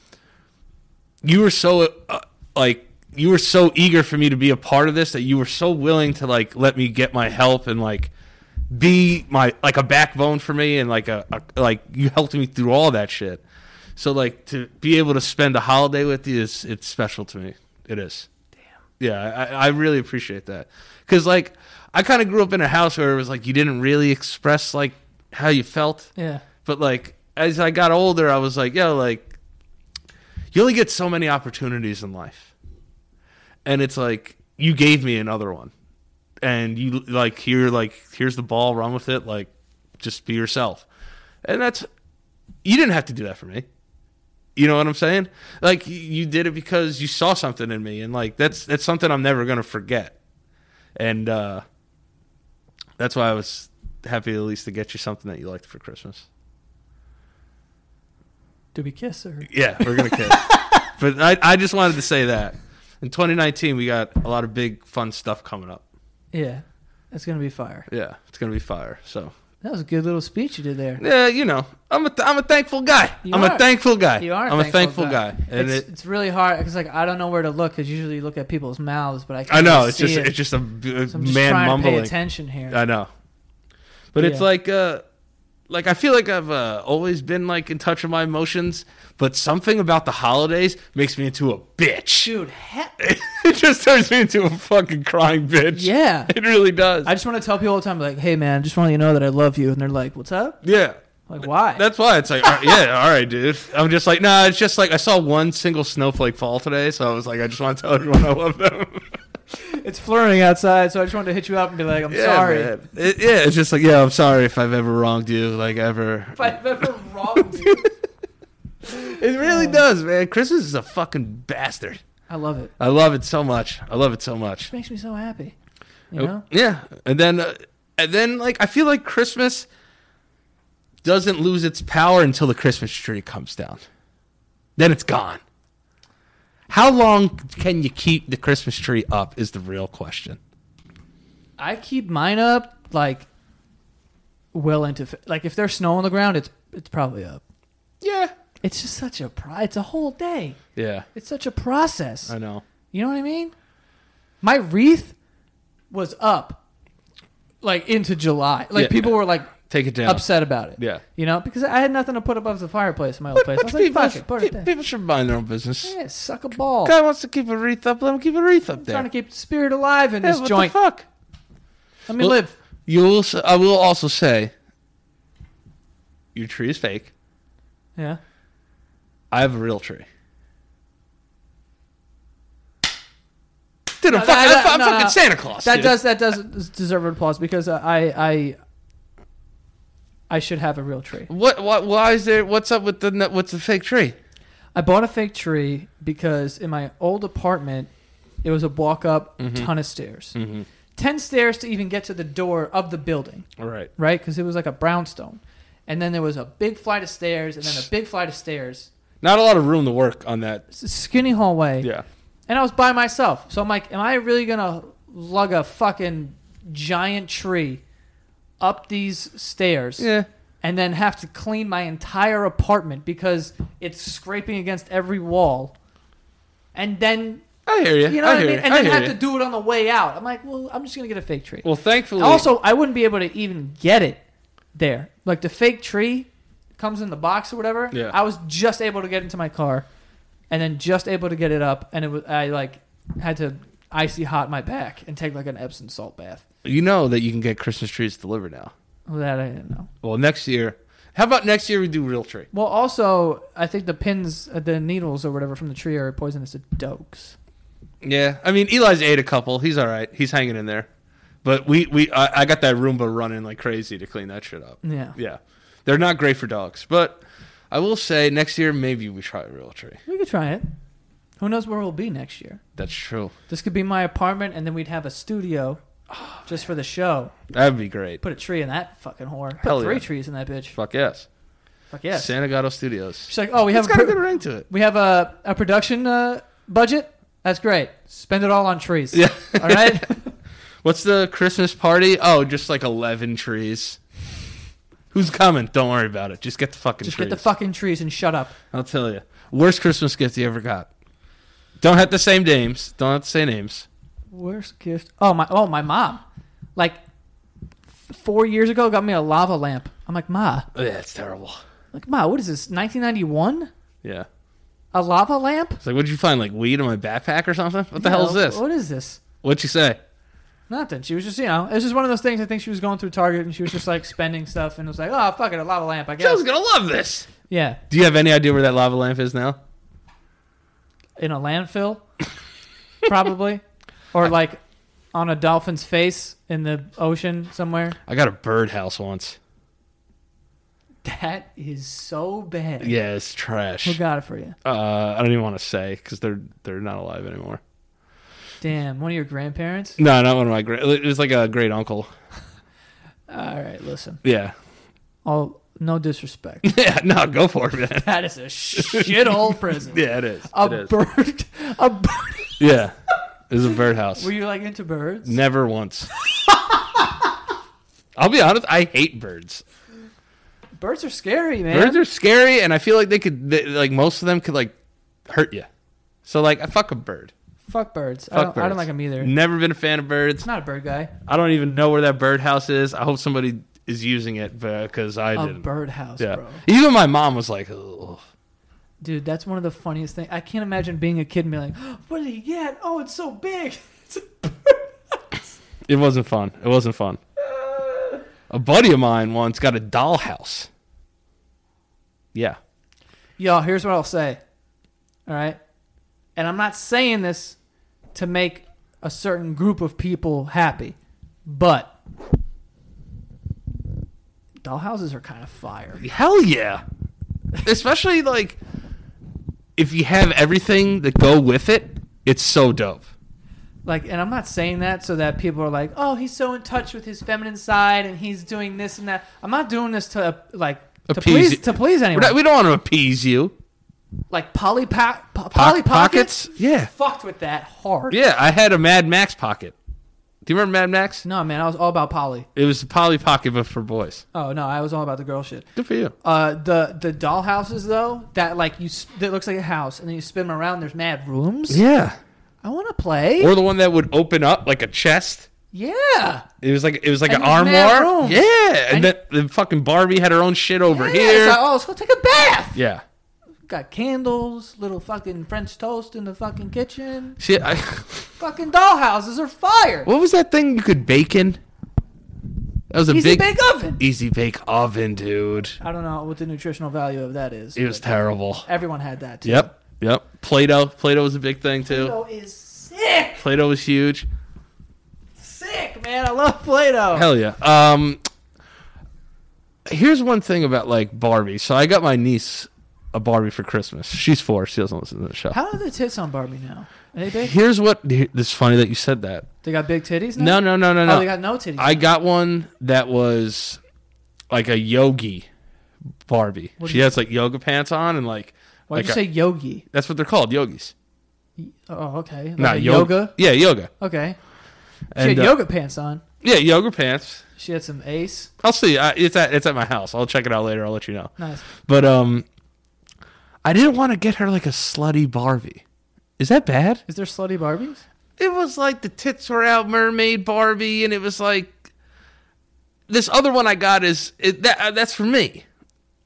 Speaker 2: you were so uh, like you were so eager for me to be a part of this that you were so willing to like let me get my help and like be my like a backbone for me and like a, a like you helped me through all that shit so like to be able to spend a holiday with you is it's special to me it is yeah, I, I really appreciate that because like I kind of grew up in a house where it was like you didn't really express like how you felt,
Speaker 1: Yeah.
Speaker 2: but like as I got older, I was like, yo, like you only get so many opportunities in life, and it's like you gave me another one, and you like here, like here's the ball, run with it, like just be yourself, and that's you didn't have to do that for me. You know what I'm saying? Like y- you did it because you saw something in me, and like that's that's something I'm never gonna forget. And uh, that's why I was happy at least to get you something that you liked for Christmas.
Speaker 1: Do we kiss or
Speaker 2: Yeah, we're gonna kiss. but I, I just wanted to say that in 2019 we got a lot of big fun stuff coming up.
Speaker 1: Yeah. It's gonna be fire.
Speaker 2: Yeah, it's gonna be fire. So
Speaker 1: That was a good little speech you did there.
Speaker 2: Yeah, you know, I'm a th- I'm a thankful guy.
Speaker 1: You
Speaker 2: I'm
Speaker 1: are.
Speaker 2: a thankful guy.
Speaker 1: You are.
Speaker 2: I'm a thankful guy. And
Speaker 1: it's,
Speaker 2: it,
Speaker 1: it's really hard because like I don't know where to look because usually you look at people's mouths, but I can't
Speaker 2: I know
Speaker 1: really
Speaker 2: it's
Speaker 1: see
Speaker 2: just
Speaker 1: it.
Speaker 2: it's just a b-
Speaker 1: so I'm just trying
Speaker 2: man
Speaker 1: to pay
Speaker 2: mumbling.
Speaker 1: attention here.
Speaker 2: I know, but it's
Speaker 1: Yeah.
Speaker 2: like uh, like I feel like I've uh, always been like in touch with my emotions, but something about the holidays makes me into a bitch.
Speaker 1: Dude, heck,
Speaker 2: it just turns me into a fucking crying bitch.
Speaker 1: yeah.
Speaker 2: it really does.
Speaker 1: I just want to tell people all the time, like, hey man, just want to let you know that I love you, and they're like, what's up?
Speaker 2: yeah.
Speaker 1: Like, why?
Speaker 2: That's why it's like, all right, yeah, all right, dude. I'm just like, nah, it's just like I saw one single snowflake fall today, so I was like, I just want to tell everyone I love them.
Speaker 1: it's flurrying outside, so I just wanted to hit you up and be like, I'm sorry.
Speaker 2: man. It- yeah, it's just like, yeah, I'm sorry if I've ever wronged you, like ever.
Speaker 1: If I've ever wronged you,
Speaker 2: It really does, man. Christmas is a fucking bastard.
Speaker 1: I love it.
Speaker 2: I love it so much. I love it so
Speaker 1: It
Speaker 2: much.
Speaker 1: makes me so happy.
Speaker 2: Oh.
Speaker 1: You know?
Speaker 2: Yeah, and then, uh, and then, like, I feel like Christmas doesn't lose its power until the Christmas tree comes down. Then it's gone. How long can you keep the Christmas tree up? Is the real question.
Speaker 1: I keep mine up like well into fe- like if there's snow on the ground, it's it's probably up.
Speaker 2: Yeah.
Speaker 1: It's just such a pro- it's a whole day.
Speaker 2: Yeah,
Speaker 1: It's such a process.
Speaker 2: I know.
Speaker 1: You know what I mean? My wreath was up like into July. Like
Speaker 2: Yeah.
Speaker 1: people were like
Speaker 2: Take it down.
Speaker 1: upset about it.
Speaker 2: Yeah.
Speaker 1: You know, because I had nothing to put above the fireplace in my old place. I was like,
Speaker 2: people,
Speaker 1: fuck it, put it
Speaker 2: pe-
Speaker 1: there.
Speaker 2: people should mind their own business.
Speaker 1: Yeah, suck a ball.
Speaker 2: Guy wants to keep a wreath up. Let him keep a wreath up there.
Speaker 1: trying to keep the spirit alive in
Speaker 2: Yeah,
Speaker 1: this
Speaker 2: what
Speaker 1: joint.
Speaker 2: the fuck?
Speaker 1: Let me
Speaker 2: Well-
Speaker 1: live.
Speaker 2: You will. s- I will also say, your tree is fake.
Speaker 1: Yeah.
Speaker 2: I have a real tree. Dude, I'm,
Speaker 1: No,
Speaker 2: fuck-
Speaker 1: that-
Speaker 2: I'm fu-
Speaker 1: that-
Speaker 2: I'm
Speaker 1: no,
Speaker 2: fucking
Speaker 1: no.
Speaker 2: Santa Claus.
Speaker 1: That
Speaker 2: dude.
Speaker 1: does that does deserve applause because I I I should have a real tree.
Speaker 2: What? What? Why is there? What's up with the? n- What's the fake tree?
Speaker 1: I bought a fake tree because in my old apartment it was a walk up
Speaker 2: Mm-hmm.
Speaker 1: ton of stairs.
Speaker 2: Mhm.
Speaker 1: Ten stairs to even get to the door of the building,
Speaker 2: All right.
Speaker 1: right? Because it was like a brownstone. And then there was a big flight of stairs and then a big flight of stairs.
Speaker 2: Not a lot of room to work on that.
Speaker 1: It's a skinny hallway.
Speaker 2: Yeah.
Speaker 1: And I was by myself. So I'm like, am I really going to lug a fucking giant tree up these stairs
Speaker 2: Yeah.
Speaker 1: and then have to clean my entire apartment because it's scraping against every wall? And then,
Speaker 2: I hear you.
Speaker 1: you know
Speaker 2: I
Speaker 1: what I
Speaker 2: hear
Speaker 1: mean?
Speaker 2: you.
Speaker 1: And
Speaker 2: I
Speaker 1: then
Speaker 2: hear
Speaker 1: have
Speaker 2: you.
Speaker 1: to do it on the way out. I'm like, well, I'm just going to get a fake tree.
Speaker 2: well, thankfully.
Speaker 1: Also, I wouldn't be able to even get it there. Like the fake tree comes in the box or whatever.
Speaker 2: Yeah.
Speaker 1: I was just able to get into my car, and then just able to get it up, and it was I like had to icy hot my back and take like an Epsom salt bath.
Speaker 2: you know that you can get Christmas trees delivered now.
Speaker 1: Well, that I didn't know.
Speaker 2: Well, next year. How about next year we do real tree?
Speaker 1: Well, also I think the pins, uh, the needles or whatever from the tree are poisonous to dogs.
Speaker 2: Yeah, I mean Eli's ate a couple. He's all right. He's hanging in there. But we we I, I got that Roomba running like crazy to clean that shit up.
Speaker 1: Yeah.
Speaker 2: Yeah, they're not great for dogs. But I will say next year maybe we try a real tree.
Speaker 1: We could try it. Who knows where we'll be next year?
Speaker 2: That's true.
Speaker 1: This could be my apartment, and then we'd have a studio just for the show.
Speaker 2: That'd be great.
Speaker 1: Put a tree in that fucking whore. Put
Speaker 2: Hell
Speaker 1: three
Speaker 2: yeah.
Speaker 1: trees in that bitch.
Speaker 2: Fuck yes.
Speaker 1: Fuck yes.
Speaker 2: Santa Gato Studios.
Speaker 1: She's like, oh, we have
Speaker 2: It's
Speaker 1: a
Speaker 2: got a
Speaker 1: pro-
Speaker 2: good ring to it.
Speaker 1: we have a, a production uh, budget. That's great. Spend it all on trees.
Speaker 2: Yeah.
Speaker 1: All right.
Speaker 2: What's the Christmas party? Oh, just like eleven trees. Who's coming? Don't worry about it. Just get the fucking
Speaker 1: Just
Speaker 2: trees.
Speaker 1: get the fucking trees and shut up.
Speaker 2: I'll tell you. Worst Christmas gift you ever got. Don't have the same names. Don't have the same names.
Speaker 1: Worst gift. Oh my. Oh my mom. Like f- four years ago, got me a lava lamp. I'm like, ma.
Speaker 2: Oh, Yeah, it's terrible.
Speaker 1: Like, ma. What is this? 1991?
Speaker 2: Yeah.
Speaker 1: A lava lamp?
Speaker 2: It's like, what'd you find? Like weed in my backpack or something? What the
Speaker 1: You
Speaker 2: hell
Speaker 1: know,
Speaker 2: is this?
Speaker 1: What is this?
Speaker 2: What'd you say?
Speaker 1: Nothing. She was just, you know, it was just one of those things. I think she was going through Target and she was just like spending stuff and was like, oh, fuck it, a lava lamp, I guess.
Speaker 2: Joe's gonna love this.
Speaker 1: Yeah.
Speaker 2: Do you have any idea where that lava lamp is now?
Speaker 1: in a landfill, probably, or like on a dolphin's face in the ocean somewhere.
Speaker 2: I got a birdhouse once.
Speaker 1: That is so bad.
Speaker 2: Yeah, it's
Speaker 1: Who
Speaker 2: trash.
Speaker 1: got it for you?
Speaker 2: Uh, I don't even want to say because they're they're not alive anymore.
Speaker 1: Damn, one of your grandparents.
Speaker 2: No, not one of my great. It was like a great uncle.
Speaker 1: All right, listen.
Speaker 2: Yeah,
Speaker 1: All no disrespect.
Speaker 2: yeah. No, go for it, man.
Speaker 1: That is a shithole prison.
Speaker 2: Yeah, it is.
Speaker 1: A
Speaker 2: it is.
Speaker 1: bird. A bird.
Speaker 2: yeah, it was a birdhouse.
Speaker 1: Were you like into birds?
Speaker 2: Never once. I'll be honest. I hate birds.
Speaker 1: Birds are scary, man.
Speaker 2: Birds are scary, and I feel like they could, they, like most of them could, like hurt you. So like, I fuck a bird.
Speaker 1: Fuck birds. I,
Speaker 2: Fuck
Speaker 1: don't, I
Speaker 2: birds.
Speaker 1: don't like them either.
Speaker 2: Never been a fan of birds.
Speaker 1: It's not a bird guy.
Speaker 2: I don't even know where that birdhouse is. I hope somebody is using it because I
Speaker 1: A
Speaker 2: didn't.
Speaker 1: birdhouse,
Speaker 2: yeah.
Speaker 1: bro.
Speaker 2: Even my mom was like, Ugh.
Speaker 1: Dude, that's one of the funniest things. I can't imagine being a kid and being like, "What did he get? Oh, it's so big." It's a-
Speaker 2: it wasn't fun. It wasn't fun. A buddy of mine once got a dollhouse. Yeah.
Speaker 1: Y'all, here's what I'll say. All right, and I'm not saying this to make a certain group of people happy, but dollhouses are kind of fire.
Speaker 2: Hell yeah. Especially like if you have everything that go with it, it's so dope.
Speaker 1: like and i'm not saying that so that people are like oh he's so in touch with his feminine side and he's doing this and that i'm not doing this to uh, like to
Speaker 2: Appease
Speaker 1: please
Speaker 2: it.
Speaker 1: to please
Speaker 2: We're
Speaker 1: anyone
Speaker 2: not, we don't want to appease you.
Speaker 1: like polly pa- po-
Speaker 2: Pock-
Speaker 1: polly pockets,
Speaker 2: Yeah.
Speaker 1: fucked with that hard
Speaker 2: Yeah, I had a Mad Max pocket. Do you remember Mad Max?
Speaker 1: no man i was all about polly
Speaker 2: It was the Polly Pocket, but for boys.
Speaker 1: oh no i was all about the girl shit
Speaker 2: Good for you.
Speaker 1: uh the the dollhouses though that like you s- that looks like a house and then you spin them around there's mad rooms
Speaker 2: Yeah.
Speaker 1: i want to play
Speaker 2: Or the one that would open up like a chest.
Speaker 1: yeah
Speaker 2: It was like it was like
Speaker 1: And there's
Speaker 2: an
Speaker 1: mad
Speaker 2: armoire.
Speaker 1: rooms.
Speaker 2: Yeah,
Speaker 1: And-
Speaker 2: and then the fucking Barbie had her own shit over
Speaker 1: Yeah,
Speaker 2: here.
Speaker 1: it's like, oh let's go take a bath
Speaker 2: yeah.
Speaker 1: got candles little fucking french toast in the fucking kitchen
Speaker 2: Shit. I,
Speaker 1: Fucking dollhouses are fire.
Speaker 2: what was that thing you could bake in? That was a
Speaker 1: Easy
Speaker 2: big e-
Speaker 1: bake oven.
Speaker 2: Easy Bake Oven, dude.
Speaker 1: I don't know what the nutritional value of that is.
Speaker 2: It was
Speaker 1: but
Speaker 2: terrible.
Speaker 1: everyone had that too.
Speaker 2: Yep. Yep. Play-Doh. Play-Doh was a big thing too.
Speaker 1: Play-Doh is sick,
Speaker 2: Play-Doh was huge.
Speaker 1: sick man. I love Play-Doh.
Speaker 2: Hell yeah. Um, here's one thing about like Barbie. So I got my niece a Barbie for Christmas. She's four. She doesn't listen to the show.
Speaker 1: How are the tits on Barbie now? Are they big?
Speaker 2: Here's what. This is funny that you said that.
Speaker 1: They got big titties now.
Speaker 2: No, no, no, no,
Speaker 1: Oh,
Speaker 2: no.
Speaker 1: they got no titties.
Speaker 2: I got one that was like a yogi Barbie.
Speaker 1: What
Speaker 2: She
Speaker 1: is-
Speaker 2: has like yoga pants on and like.
Speaker 1: Why'd
Speaker 2: like uh,
Speaker 1: you
Speaker 2: a-
Speaker 1: say yogi?
Speaker 2: That's what they're called, yogis.
Speaker 1: Oh, okay. Like
Speaker 2: Not
Speaker 1: a
Speaker 2: yo-
Speaker 1: yoga.
Speaker 2: Yeah, yoga.
Speaker 1: Okay. She
Speaker 2: And,
Speaker 1: had
Speaker 2: uh,
Speaker 1: yoga pants on.
Speaker 2: Yeah, yoga pants.
Speaker 1: She had some ace.
Speaker 2: I'll see. I, it's at it's at my house. I'll check it out later. I'll let you know.
Speaker 1: Nice.
Speaker 2: But um, I didn't want to get her like a slutty Barbie. Is that bad?
Speaker 1: Is there slutty Barbies?
Speaker 2: It was like the tits were out, mermaid Barbie, and it was like this other one I got is it, that uh, that's for me,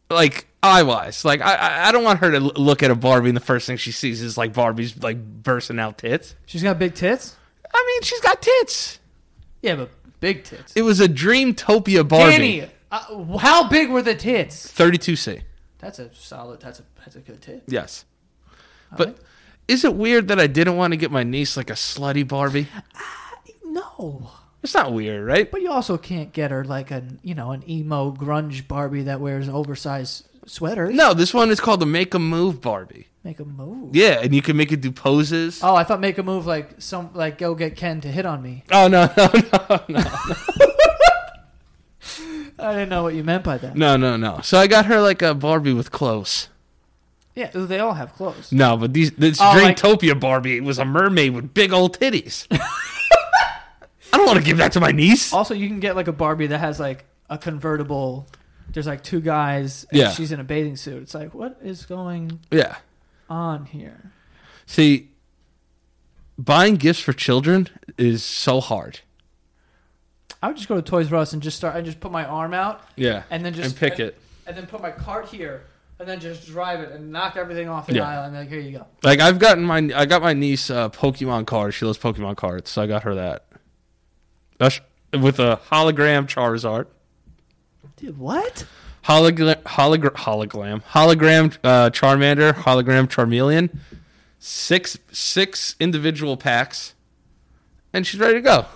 Speaker 2: like eye wise. Like I- I I don't want her to l- look at a Barbie and the first thing she sees is like Barbie's like bursting out tits.
Speaker 1: She's got big tits.
Speaker 2: I mean, she's got tits.
Speaker 1: Yeah, but big tits.
Speaker 2: It was a Dreamtopia Barbie.
Speaker 1: Danny, uh, how big were the tits?
Speaker 2: 32C.
Speaker 1: That's a solid. That's a that's a good tip.
Speaker 2: Yes. But is it weird that I didn't want to get my niece like a slutty Barbie?
Speaker 1: No,
Speaker 2: It's not weird, right?
Speaker 1: but you also can't get her like an you know an emo grunge Barbie that wears oversized sweaters.
Speaker 2: No, this one is called the Make a Move Barbie.
Speaker 1: Make a move.
Speaker 2: Yeah, and you can make it do poses.
Speaker 1: Oh, I thought make a move like some like go get Ken to hit on me.
Speaker 2: Oh no no no
Speaker 1: I didn't know what you meant by that.
Speaker 2: no no no! So I got her like a Barbie with clothes.
Speaker 1: Yeah, they all have clothes.
Speaker 2: No, but these this
Speaker 1: Oh, like-
Speaker 2: Dreamtopia Barbie was a mermaid with big old titties. I don't want to give that to my niece.
Speaker 1: Also, you can get like a Barbie that has like a convertible. There's like two guys. And
Speaker 2: Yeah.
Speaker 1: she's in a bathing suit. It's like what is going
Speaker 2: Yeah,
Speaker 1: on here?
Speaker 2: see, buying gifts for children is so hard.
Speaker 1: I would just go to Toys R Us and just start and just put my arm out
Speaker 2: Yeah,
Speaker 1: and then just
Speaker 2: and pick it.
Speaker 1: and then put my cart here and then just drive it and knock everything off the
Speaker 2: Yeah.
Speaker 1: aisle and like here you go.
Speaker 2: Like I've gotten my I got my niece uh, Pokemon cards. She loves Pokemon cards, so I got her that. That's with a hologram Charizard.
Speaker 1: Dude, what?
Speaker 2: hologram, hologram, hologram, hologram uh, Charmander, hologram Charmeleon, six six individual packs, and she's ready to go.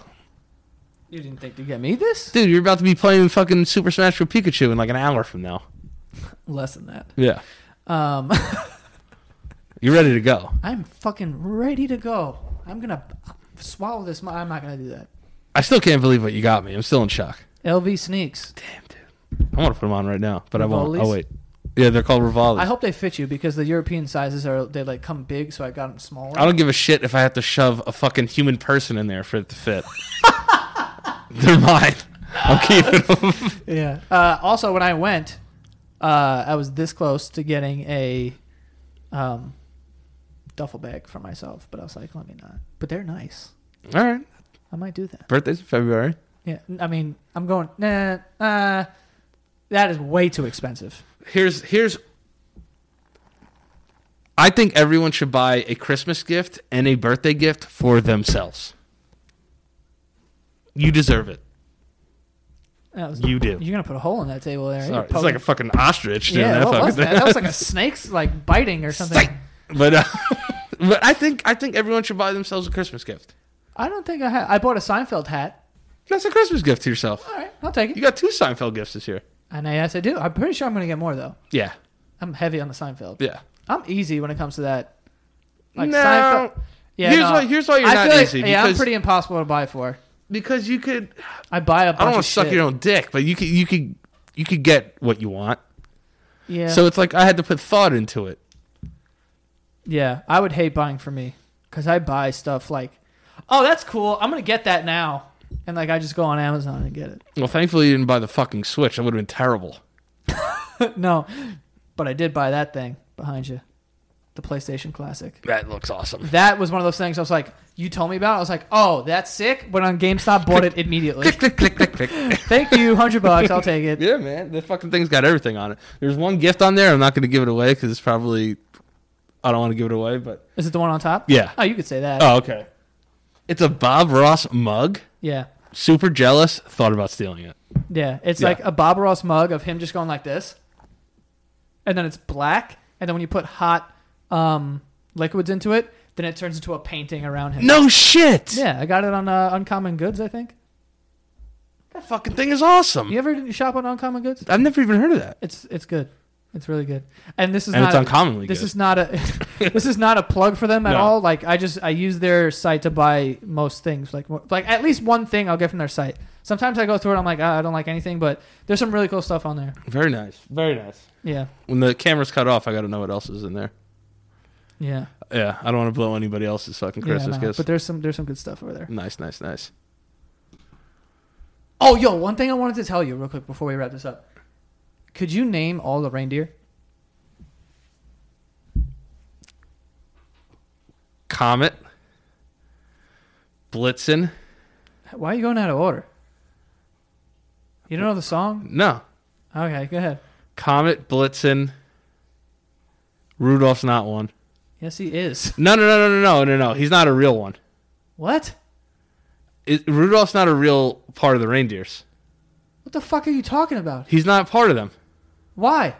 Speaker 1: You didn't think to get me this?
Speaker 2: Dude, you're about to be playing fucking Super Smash with Pikachu in like an hour from now.
Speaker 1: Less than that.
Speaker 2: Yeah,
Speaker 1: Um,
Speaker 2: you're ready to go.
Speaker 1: I'm fucking ready to go. I'm gonna swallow this. mo- I'm not gonna do that.
Speaker 2: I still can't believe what you got me. I'm still in shock.
Speaker 1: LV sneaks.
Speaker 2: Damn, dude. I want to put them on right now, but I won't.
Speaker 1: Rivolis?
Speaker 2: Oh wait, yeah, they're called Rivolis.
Speaker 1: I
Speaker 2: I,
Speaker 1: hope they fit you because the European sizes are they like come big, so I got them smaller.
Speaker 2: don't give a shit if I have to shove a fucking human person in there for it to fit. they're mine. I'm keeping them.
Speaker 1: Yeah. Uh, also, when I went, uh, I was this close to getting a um, duffel bag for myself, but I was like, let me not. But they're nice.
Speaker 2: All right.
Speaker 1: I might do that.
Speaker 2: Birthday's in February.
Speaker 1: Yeah. I mean, I'm going. Nah. Uh, that is way too expensive.
Speaker 2: Here's here's. I think everyone should buy a Christmas gift and a birthday gift for themselves. You deserve it.
Speaker 1: That was-
Speaker 2: You do.
Speaker 1: You're gonna put a hole in that table there. You're
Speaker 2: Sorry, it's
Speaker 1: poking-
Speaker 2: like a fucking ostrich doing
Speaker 1: yeah.
Speaker 2: that
Speaker 1: what
Speaker 2: fucking
Speaker 1: was that?
Speaker 2: thing.
Speaker 1: that was like a snake's like biting or something.
Speaker 2: Psych! But uh, but I think I think everyone should buy themselves a Christmas gift.
Speaker 1: I don't think I had. I bought a Seinfeld hat.
Speaker 2: That's a Christmas gift to yourself.
Speaker 1: All right, I'll take
Speaker 2: You
Speaker 1: it.
Speaker 2: got two Seinfeld gifts this year.
Speaker 1: And I, yes, I do. I'm pretty sure I'm gonna get more though.
Speaker 2: Yeah,
Speaker 1: I'm heavy on the Seinfeld.
Speaker 2: yeah.
Speaker 1: I'm easy when it comes to that.
Speaker 2: no,
Speaker 1: Yeah,
Speaker 2: here's
Speaker 1: no.
Speaker 2: why here's why you're
Speaker 1: I
Speaker 2: not
Speaker 1: feel like,
Speaker 2: easy.
Speaker 1: Yeah, I'm
Speaker 2: because,
Speaker 1: pretty impossible to buy for.
Speaker 2: because you could.
Speaker 1: I buy a bunch
Speaker 2: I don't want
Speaker 1: of
Speaker 2: to suck
Speaker 1: shit.
Speaker 2: your own dick, but you could you could you could get what you want.
Speaker 1: Yeah.
Speaker 2: So it's like I had to put thought into it.
Speaker 1: yeah, I would hate buying for me because I buy stuff like, oh, that's cool. I'm gonna get that now, and like I just go on Amazon and get
Speaker 2: Well, thankfully you didn't buy the fucking Switch. That would have been terrible.
Speaker 1: it. no, but I did buy that thing behind you, the PlayStation Classic.
Speaker 2: That looks awesome.
Speaker 1: That was one of those things I was like, you told me about. it. I was like, oh, that's sick. Went on GameStop, bought it immediately.
Speaker 2: Click click click click click.
Speaker 1: Thank you, hundred bucks. I'll take it.
Speaker 2: Yeah, man. The fucking thing's got everything on it. There's one gift on there. I'm not going to give it away because it's probably. I don't want to give it away, but.
Speaker 1: Is it the one on top?
Speaker 2: Yeah.
Speaker 1: Oh, you could say that.
Speaker 2: Oh, okay. It's a Bob Ross mug.
Speaker 1: yeah,
Speaker 2: Super jealous. Thought about stealing it.
Speaker 1: yeah. It's
Speaker 2: Yeah.
Speaker 1: like a Bob Ross mug of him just going like this, and then it's black. And then when you put hot um, liquids into it, then it turns into a painting around him.
Speaker 2: No shit.
Speaker 1: Yeah, I got it on uh, Uncommon Goods, I think.
Speaker 2: That fucking thing is awesome.
Speaker 1: You ever shop on Uncommon Goods?
Speaker 2: I've never even heard of that.
Speaker 1: It's it's good. It's really good. And this is
Speaker 2: and
Speaker 1: not
Speaker 2: it's uncommonly
Speaker 1: this
Speaker 2: good.
Speaker 1: is not a this is not a plug for them at
Speaker 2: No.
Speaker 1: all. Like I just I use their site to buy most things. Like mo- like at least one thing I'll get from their site. Sometimes I go through it. I'm like ah, I don't like anything, but there's some really cool stuff on there.
Speaker 2: very nice. Very nice.
Speaker 1: Yeah,
Speaker 2: When the camera's cut off, I got to know what else is in there.
Speaker 1: yeah,
Speaker 2: Yeah, I don't want to blow anybody else's fucking
Speaker 1: yeah
Speaker 2: Christmas
Speaker 1: no,
Speaker 2: gifts.
Speaker 1: But there's some there's some good stuff over there.
Speaker 2: nice, nice, nice.
Speaker 1: Oh, yo, one thing I wanted to tell you real quick before we wrap this up. Could you name all the reindeer?
Speaker 2: Comet. Blitzen.
Speaker 1: Why are you going out of order? You don't know the song?
Speaker 2: No.
Speaker 1: Okay, go ahead.
Speaker 2: Comet, Blitzen. Rudolph's not one.
Speaker 1: Yes, he is.
Speaker 2: No, no, no, no, no, no, no, no. He's not a real one.
Speaker 1: What?
Speaker 2: It, Rudolph's not a real part of the reindeers.
Speaker 1: What the fuck are you talking about?
Speaker 2: He's not part of them
Speaker 1: Why?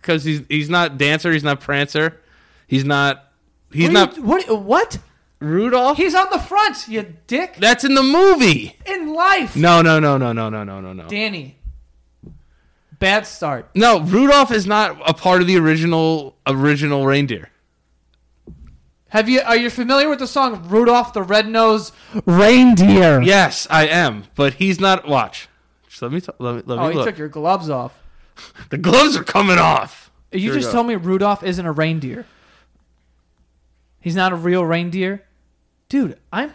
Speaker 2: because he's he's not dancer. He's not prancer. He's not. He's
Speaker 1: What are
Speaker 2: not
Speaker 1: you- what? What?
Speaker 2: Rudolph.
Speaker 1: He's on the front, you dick.
Speaker 2: That's in the movie.
Speaker 1: In life.
Speaker 2: No, no, no, no, no, no, no, no, no.
Speaker 1: Danny. Bad start.
Speaker 2: No, Rudolph is not a part of the original original reindeer.
Speaker 1: Have you are you familiar with the song Rudolph the Red-Nosed Reindeer?
Speaker 2: Yes, I am, but he's not. Watch. Just let me t- let me let me
Speaker 1: Oh, you
Speaker 2: look.
Speaker 1: took your gloves off.
Speaker 2: the gloves are coming off.
Speaker 1: You
Speaker 2: Here we
Speaker 1: just
Speaker 2: go.
Speaker 1: told me Rudolph isn't a reindeer. He's not a real reindeer. Dude, I'm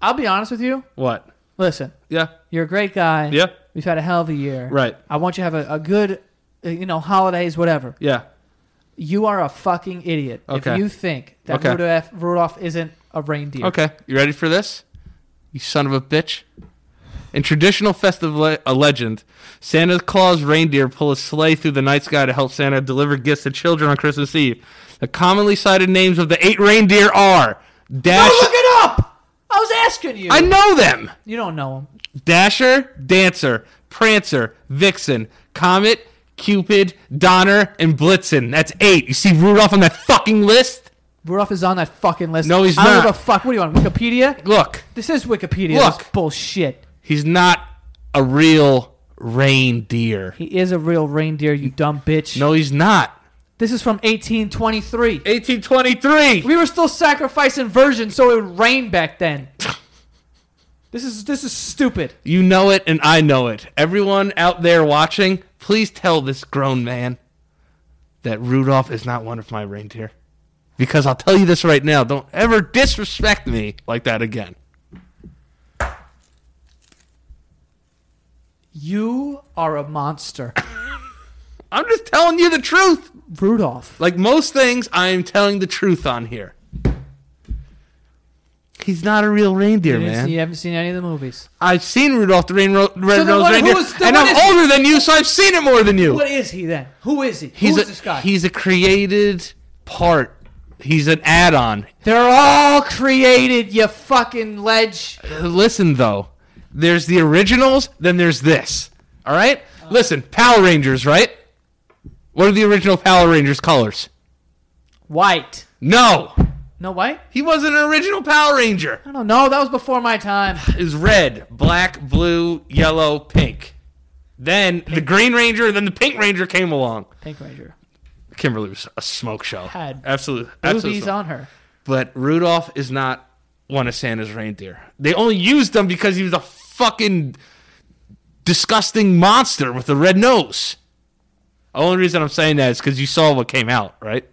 Speaker 1: I'll be honest with you.
Speaker 2: what?
Speaker 1: Listen,
Speaker 2: Yeah,
Speaker 1: you're a great guy.
Speaker 2: yeah,
Speaker 1: We've had a hell of a year.
Speaker 2: right,
Speaker 1: I want you to have a, a good uh, you know, holidays, whatever.
Speaker 2: yeah.
Speaker 1: You are a fucking idiot
Speaker 2: Okay.
Speaker 1: if you think that
Speaker 2: Okay.
Speaker 1: Rudolph, Rudolph isn't a reindeer.
Speaker 2: Okay, you ready for this? You son of a bitch. In traditional festive le- uh, legend, Santa Claus reindeer pull a sleigh through the night sky to help Santa deliver gifts to children on Christmas Eve. The commonly cited names of the eight reindeer are Dash.
Speaker 1: Oh, look it up! I was asking you.
Speaker 2: I know them.
Speaker 1: you don't know him.
Speaker 2: Dasher, Dancer, Prancer, Vixen, Comet, Cupid, Donner, and Blitzen. That's eight. You see Rudolph on that fucking list?
Speaker 1: Rudolph is on that fucking list.
Speaker 2: No, he's
Speaker 1: I don't
Speaker 2: not.
Speaker 1: give a fuck. What do you on Wikipedia?
Speaker 2: Look,
Speaker 1: This is Wikipedia.
Speaker 2: Look.
Speaker 1: This bullshit.
Speaker 2: he's not a real reindeer.
Speaker 1: He is a real reindeer, you dumb bitch.
Speaker 2: No, he's not.
Speaker 1: This is from 1823.
Speaker 2: 1823.
Speaker 1: We were still sacrificing virgins so it would rain back then. this is this is stupid.
Speaker 2: You know it, and I know it. Everyone out there watching, please tell this grown man that Rudolph is not one of my reindeer. Because I'll tell you this right now don't ever disrespect me like that again.
Speaker 1: You are a monster,
Speaker 2: I'm just telling you the truth.
Speaker 1: Rudolph.
Speaker 2: Like most things, I am telling the truth on here. He's not a real reindeer,
Speaker 1: You, didn't
Speaker 2: man.
Speaker 1: see- you haven't seen any of the movies.
Speaker 2: I've seen Rudolph the Rain Ro- Red
Speaker 1: So then
Speaker 2: Nose
Speaker 1: what- who
Speaker 2: Reindeer,
Speaker 1: is- then
Speaker 2: and
Speaker 1: what
Speaker 2: I'm
Speaker 1: is he?
Speaker 2: older than you, so I've seen it more than you.
Speaker 1: What is he then? Who is he?
Speaker 2: he's
Speaker 1: Who is
Speaker 2: a,
Speaker 1: this guy?
Speaker 2: He's a created part. He's an add-on. They're all created.
Speaker 1: you fucking ledge.
Speaker 2: Listen though, there's the originals, then there's this. All right. Listen, Power Rangers, right? What are the original Power Rangers colors?
Speaker 1: White.
Speaker 2: No,
Speaker 1: No white?
Speaker 2: he wasn't an original Power Ranger.
Speaker 1: I don't know. That was before my time.
Speaker 2: It was red, black, blue, yellow, pink. Then the Green Ranger, and then the Pink Ranger came along.
Speaker 1: Pink Ranger.
Speaker 2: Kimberly was a smoke show.
Speaker 1: Had
Speaker 2: absolute, absolute
Speaker 1: Boobies
Speaker 2: smoke.
Speaker 1: on her.
Speaker 2: But Rudolph is not one of Santa's reindeer. They only used him because he was a fucking disgusting monster with a red nose. The only reason I'm saying that is because you saw what came out, right?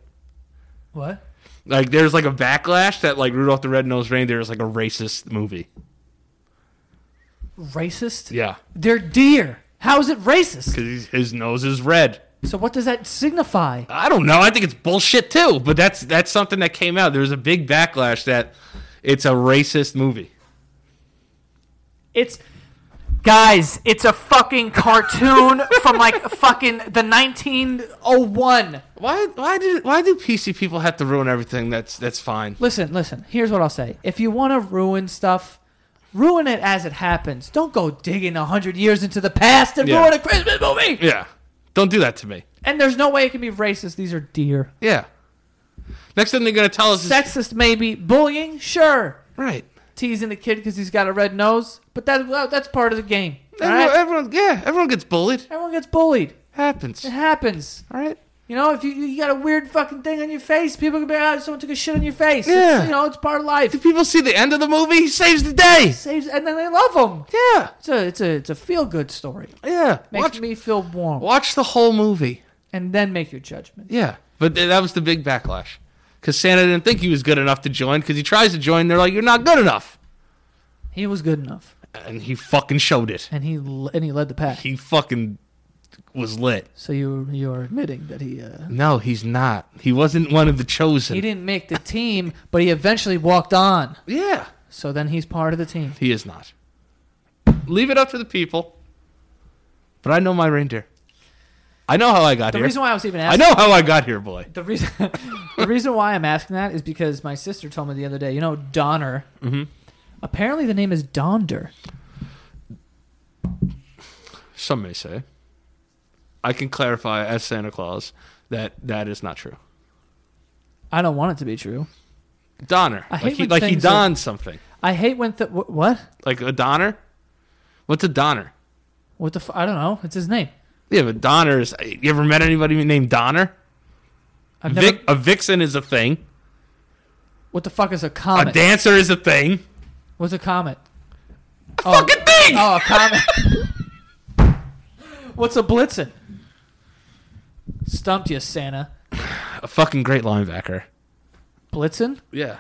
Speaker 1: What?
Speaker 2: Like there's like a backlash that like Rudolph the Red-Nosed Reindeer is like a racist movie.
Speaker 1: Racist?
Speaker 2: Yeah,
Speaker 1: They're deer. How is it racist?
Speaker 2: because his nose is red.
Speaker 1: So what does that signify?
Speaker 2: I don't know. I think it's bullshit too. But that's that's something that came out. There was a big backlash that it's a racist movie.
Speaker 1: It's guys, it's a fucking cartoon from like fucking the 1901.
Speaker 2: Why why did why do PC people have to ruin everything? That's that's fine.
Speaker 1: Listen, listen. Here's what I'll say. If you want to ruin stuff, ruin it as it happens. Don't go digging 100 years into the past and
Speaker 2: Yeah.
Speaker 1: ruin a Christmas movie.
Speaker 2: Yeah, don't do that to me.
Speaker 1: And there's no way it can be racist. These are deer.
Speaker 2: Yeah. Next thing they're gonna tell us is
Speaker 1: Sexist maybe, bullying, sure.
Speaker 2: right.
Speaker 1: Teasing the kid because he's got a red nose, but that well, that's part of the game. All
Speaker 2: Everyone,
Speaker 1: right?
Speaker 2: everyone, yeah, everyone gets bullied.
Speaker 1: Everyone gets bullied.
Speaker 2: Happens.
Speaker 1: It happens.
Speaker 2: All right.
Speaker 1: You know, if you, you got a weird fucking thing on your face, people can be like, oh, someone took a shit on your face. It's-
Speaker 2: Yeah.
Speaker 1: you know, it's part of life.
Speaker 2: Do people see the end of the movie? He saves the day.
Speaker 1: Saves, and then they love them.
Speaker 2: Yeah.
Speaker 1: It's a, it's a, it's a feel good story.
Speaker 2: Yeah.
Speaker 1: Makes
Speaker 2: Watch
Speaker 1: me feel warm.
Speaker 2: watch the whole movie.
Speaker 1: And then make your judgment.
Speaker 2: Yeah. But th- that was the big backlash because Santa didn't think he was good enough to join. Because he tries to join, they're like, "You're not good enough,"
Speaker 1: He was good enough.
Speaker 2: and he fucking showed it.
Speaker 1: And he l- and he led the pack.
Speaker 2: He fucking was lit.
Speaker 1: So you, you're admitting that he. Uh,
Speaker 2: No, he's not. He wasn't one of the chosen.
Speaker 1: he didn't make the team, but he eventually walked on.
Speaker 2: yeah,
Speaker 1: So then he's part of the team.
Speaker 2: he is not. Leave it up to the people. But I know my reindeer. I know how I got
Speaker 1: The
Speaker 2: here.
Speaker 1: reason why I was even
Speaker 2: I
Speaker 1: asking.
Speaker 2: know how I got here, boy.
Speaker 1: The reason, the reason why I'm asking that is because my sister told me the other day. You know, Donner.
Speaker 2: Mhm.
Speaker 1: Apparently, the name is Donder.
Speaker 2: Some may say. I can clarify as Santa Claus that that is not true.
Speaker 1: I don't want it to be true.
Speaker 2: Donner,
Speaker 1: I hate
Speaker 2: like he,
Speaker 1: when
Speaker 2: like he
Speaker 1: things are-
Speaker 2: donned something,
Speaker 1: I hate when th- wh- what?
Speaker 2: like a Donner. What's a Donner?
Speaker 1: What the? F- I don't know. It's his name.
Speaker 2: Yeah, but Donner is. You ever met anybody named Donner?
Speaker 1: I've never.
Speaker 2: Vic, a vixen is a thing.
Speaker 1: what the fuck is a
Speaker 2: A
Speaker 1: comet?
Speaker 2: dancer is a thing.
Speaker 1: What's a comet?
Speaker 2: A fucking thing.
Speaker 1: Oh, a comet. What's a blitzen? Stumped you, Santa.
Speaker 2: A fucking great linebacker.
Speaker 1: Blitzen?
Speaker 2: Yeah.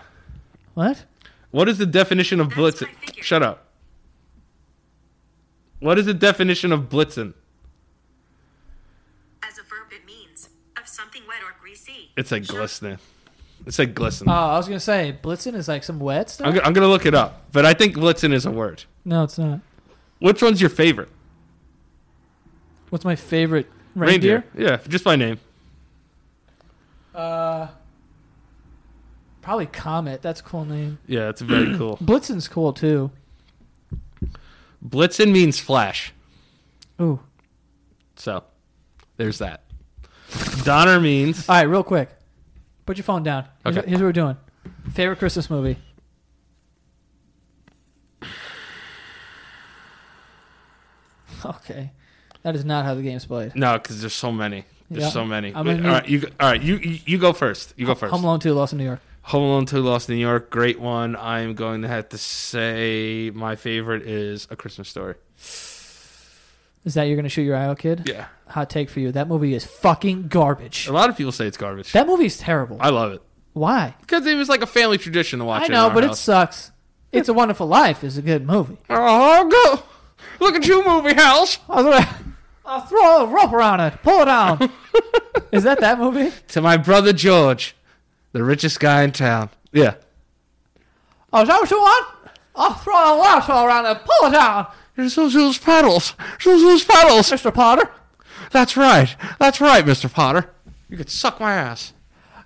Speaker 1: What?
Speaker 2: What is the definition of blitzen? Shut up. What is the definition of blitzen?
Speaker 3: As a verb, it means of something wet or greasy.
Speaker 2: It's like glistening. It's like glisten.
Speaker 1: Oh, I was gonna say blitzen is like some wet stuff.
Speaker 2: I'm, go- I'm gonna look it up, but I think blitzen is a word.
Speaker 1: no, it's not.
Speaker 2: Which one's your favorite?
Speaker 1: What's my favorite reindeer?
Speaker 2: Yeah, just by name.
Speaker 1: Probably comet. That's a cool name.
Speaker 2: Yeah, it's very cool.
Speaker 1: Blitzen's cool too.
Speaker 2: Blitzen means flash.
Speaker 1: Ooh.
Speaker 2: So there's that. Donner means
Speaker 1: All right, real quick. Put your phone down. Here's,
Speaker 2: Okay.
Speaker 1: here's what we're doing. Favorite Christmas movie? Okay. That is not how the game's played.
Speaker 2: no, because there's so many. There's
Speaker 1: Yeah.
Speaker 2: so many.
Speaker 1: I'm gonna
Speaker 2: all right, you go- all right, you you you go first. You go first.
Speaker 1: Home Alone 2, Lost in New York.
Speaker 2: Home Alone 2 Lost in New York, great one. I'm going to have to say my favorite is A Christmas Story.
Speaker 1: Is that you're going to shoot your eye out, kid?
Speaker 2: Yeah.
Speaker 1: Hot take for you. That movie is fucking garbage.
Speaker 2: A lot of people say it's garbage.
Speaker 1: That movie is terrible.
Speaker 2: I love it.
Speaker 1: Why?
Speaker 2: Because it was like a family tradition to watch
Speaker 1: I
Speaker 2: it.
Speaker 1: know, but it sucks. It's a Wonderful Life is a good movie.
Speaker 2: Oh, go. Look at you, movie house.
Speaker 1: I'll throw, I'll throw a rope around it. Pull it down. Is that that movie?
Speaker 2: To my brother George, the richest guy in town. Yeah.
Speaker 1: Oh, is that what you want? I'll throw a lasso around it. Pull it down,
Speaker 2: There's Zuzu's paddles. Zuzu's paddles.
Speaker 1: Mr. Potter.
Speaker 2: That's right. That's right, Mr. Potter. You could suck my ass.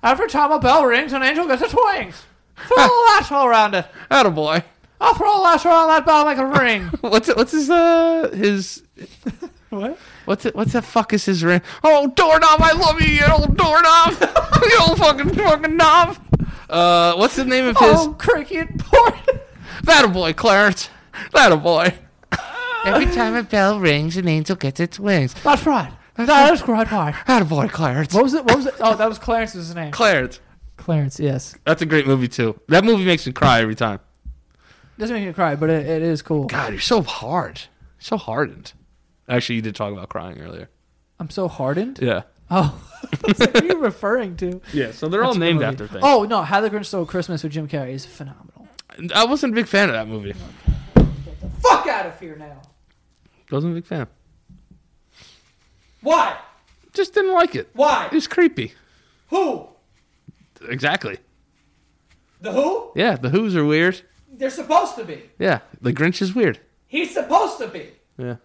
Speaker 1: Every time a bell rings, an angel gets its wings. Throw a lasso around it.
Speaker 2: Attaboy.
Speaker 1: I'll throw a lasso around that bell like a ring.
Speaker 2: What's what's his uh his
Speaker 1: what?
Speaker 2: what's it, what's that fuck is his ring? Oh doorknob, I love you, you old doorknob, you old fucking fucking knob. Uh, what's the name of his?
Speaker 1: Oh, cricket port.
Speaker 2: That'll boy, Clarence. That'll boy. Every time a bell rings, an angel gets its wings.
Speaker 1: That's right. That is right. Why?
Speaker 2: That'll boy, Clarence.
Speaker 1: What was it? What was it? Oh, that was Clarence's name.
Speaker 2: Clarence.
Speaker 1: Clarence. Yes.
Speaker 2: That's a great movie too. That movie makes me cry every time.
Speaker 1: Doesn't make me cry, but it, it is cool.
Speaker 2: God, you're so hard, so hardened. Actually, you did talk about crying earlier.
Speaker 1: I'm so hardened.
Speaker 2: Yeah.
Speaker 1: Oh, It's like, what are you referring to?
Speaker 2: Yeah. So they're all
Speaker 1: That's a good
Speaker 2: named
Speaker 1: movie.
Speaker 2: after things.
Speaker 1: Oh no, How the Grinch Stole Christmas with Jim Carrey is phenomenal.
Speaker 2: I wasn't a big fan of that movie.
Speaker 1: Fuck out of here now.
Speaker 2: Wasn't a big fan.
Speaker 1: Why?
Speaker 2: Just didn't like it. It
Speaker 1: Why?
Speaker 2: was creepy.
Speaker 1: Who?
Speaker 2: Exactly.
Speaker 1: The who?
Speaker 2: Yeah, the Who's are weird.
Speaker 1: They're supposed to be.
Speaker 2: Yeah, the Grinch is weird.
Speaker 1: He's supposed to be.
Speaker 2: Yeah.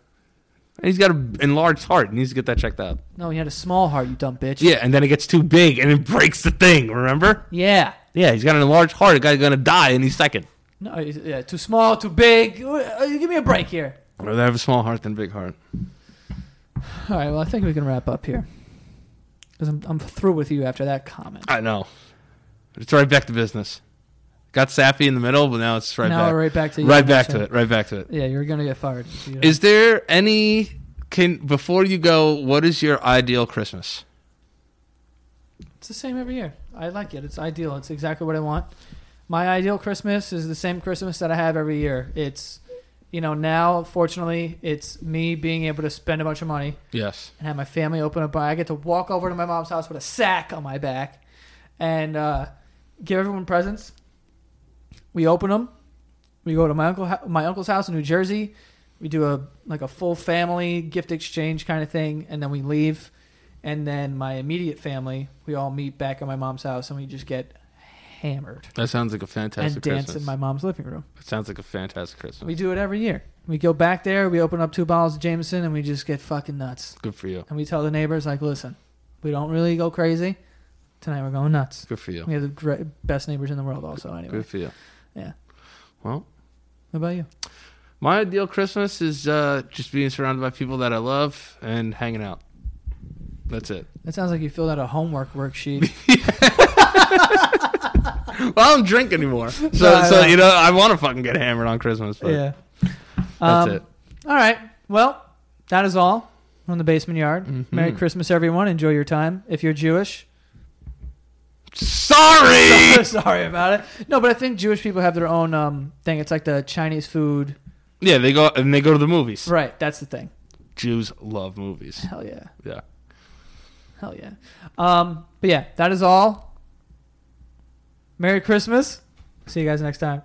Speaker 2: And he's got an enlarged heart. He needs to get that checked out.
Speaker 1: No, he had a small heart, you dumb bitch.
Speaker 2: Yeah, and then it gets too big and it breaks the thing, remember?
Speaker 1: Yeah.
Speaker 2: Yeah, he's got an enlarged heart. The guy's going to die any second.
Speaker 1: No, he's- yeah, too small, too big. Uh, Give me a break here.
Speaker 2: I'd rather have a small heart than a big heart.
Speaker 1: All right, well, I think we can wrap up here. Because I'm, I'm through with you after that comment.
Speaker 2: I know. It's right back to business. Got sappy in the middle, but now it's right
Speaker 1: now
Speaker 2: back.
Speaker 1: we're right back to you.
Speaker 2: right back to it. Right back to it.
Speaker 1: Yeah, you're going to get fired. if you don't.
Speaker 2: Is there any can before you go, what is your ideal Christmas?
Speaker 1: It's the same every year. I like it. It's ideal. It's exactly what I want. My ideal Christmas is the same Christmas that I have every year. It's, you know, now fortunately, it's me being able to spend a bunch of money
Speaker 2: Yes.
Speaker 1: and have my family open a bar. I get to walk over to my mom's house with a sack on my back and uh, give everyone presents. We open them. We go to my uncle my uncle's house in New Jersey. We do a like a full family gift exchange kind of thing, and then we leave. And then my immediate family, we all meet back at my mom's house, and we just get hammered
Speaker 2: That sounds like a fantastic
Speaker 1: and dance
Speaker 2: Christmas.
Speaker 1: in my mom's living room.
Speaker 2: That sounds like a fantastic Christmas.
Speaker 1: We do it every year. We go back there, we open up two bottles of Jameson, and we just get fucking nuts
Speaker 2: Good for you.
Speaker 1: and we tell the neighbors like, listen, we don't really go crazy. Tonight we're going nuts.
Speaker 2: Good for you.
Speaker 1: We have the gre- best neighbors in the world, also. Anyway,
Speaker 2: Good for you.
Speaker 1: Yeah.
Speaker 2: Well,
Speaker 1: what about you?
Speaker 2: my ideal Christmas is uh, just being surrounded by people that I love and hanging out. That's it.
Speaker 1: That sounds like you filled out a homework worksheet.
Speaker 2: Well, I don't drink anymore, so
Speaker 1: No,
Speaker 2: so
Speaker 1: no.
Speaker 2: you know I want to fucking get hammered on Christmas. But
Speaker 1: yeah,
Speaker 2: that's
Speaker 1: Um,
Speaker 2: it.
Speaker 1: All right. Well, that is all from the basement yard.
Speaker 2: Mm-hmm.
Speaker 1: Merry Christmas, everyone. Enjoy your time. If you're Jewish,
Speaker 2: Sorry.
Speaker 1: sorry about it. No, but I think Jewish people have their own um, thing. It's like the Chinese food.
Speaker 2: yeah, they go and they go to the movies.
Speaker 1: Right. That's the thing.
Speaker 2: Jews love movies.
Speaker 1: Hell yeah.
Speaker 2: Yeah.
Speaker 1: Hell yeah. Um, but yeah, that is all. Merry Christmas. See you guys next time.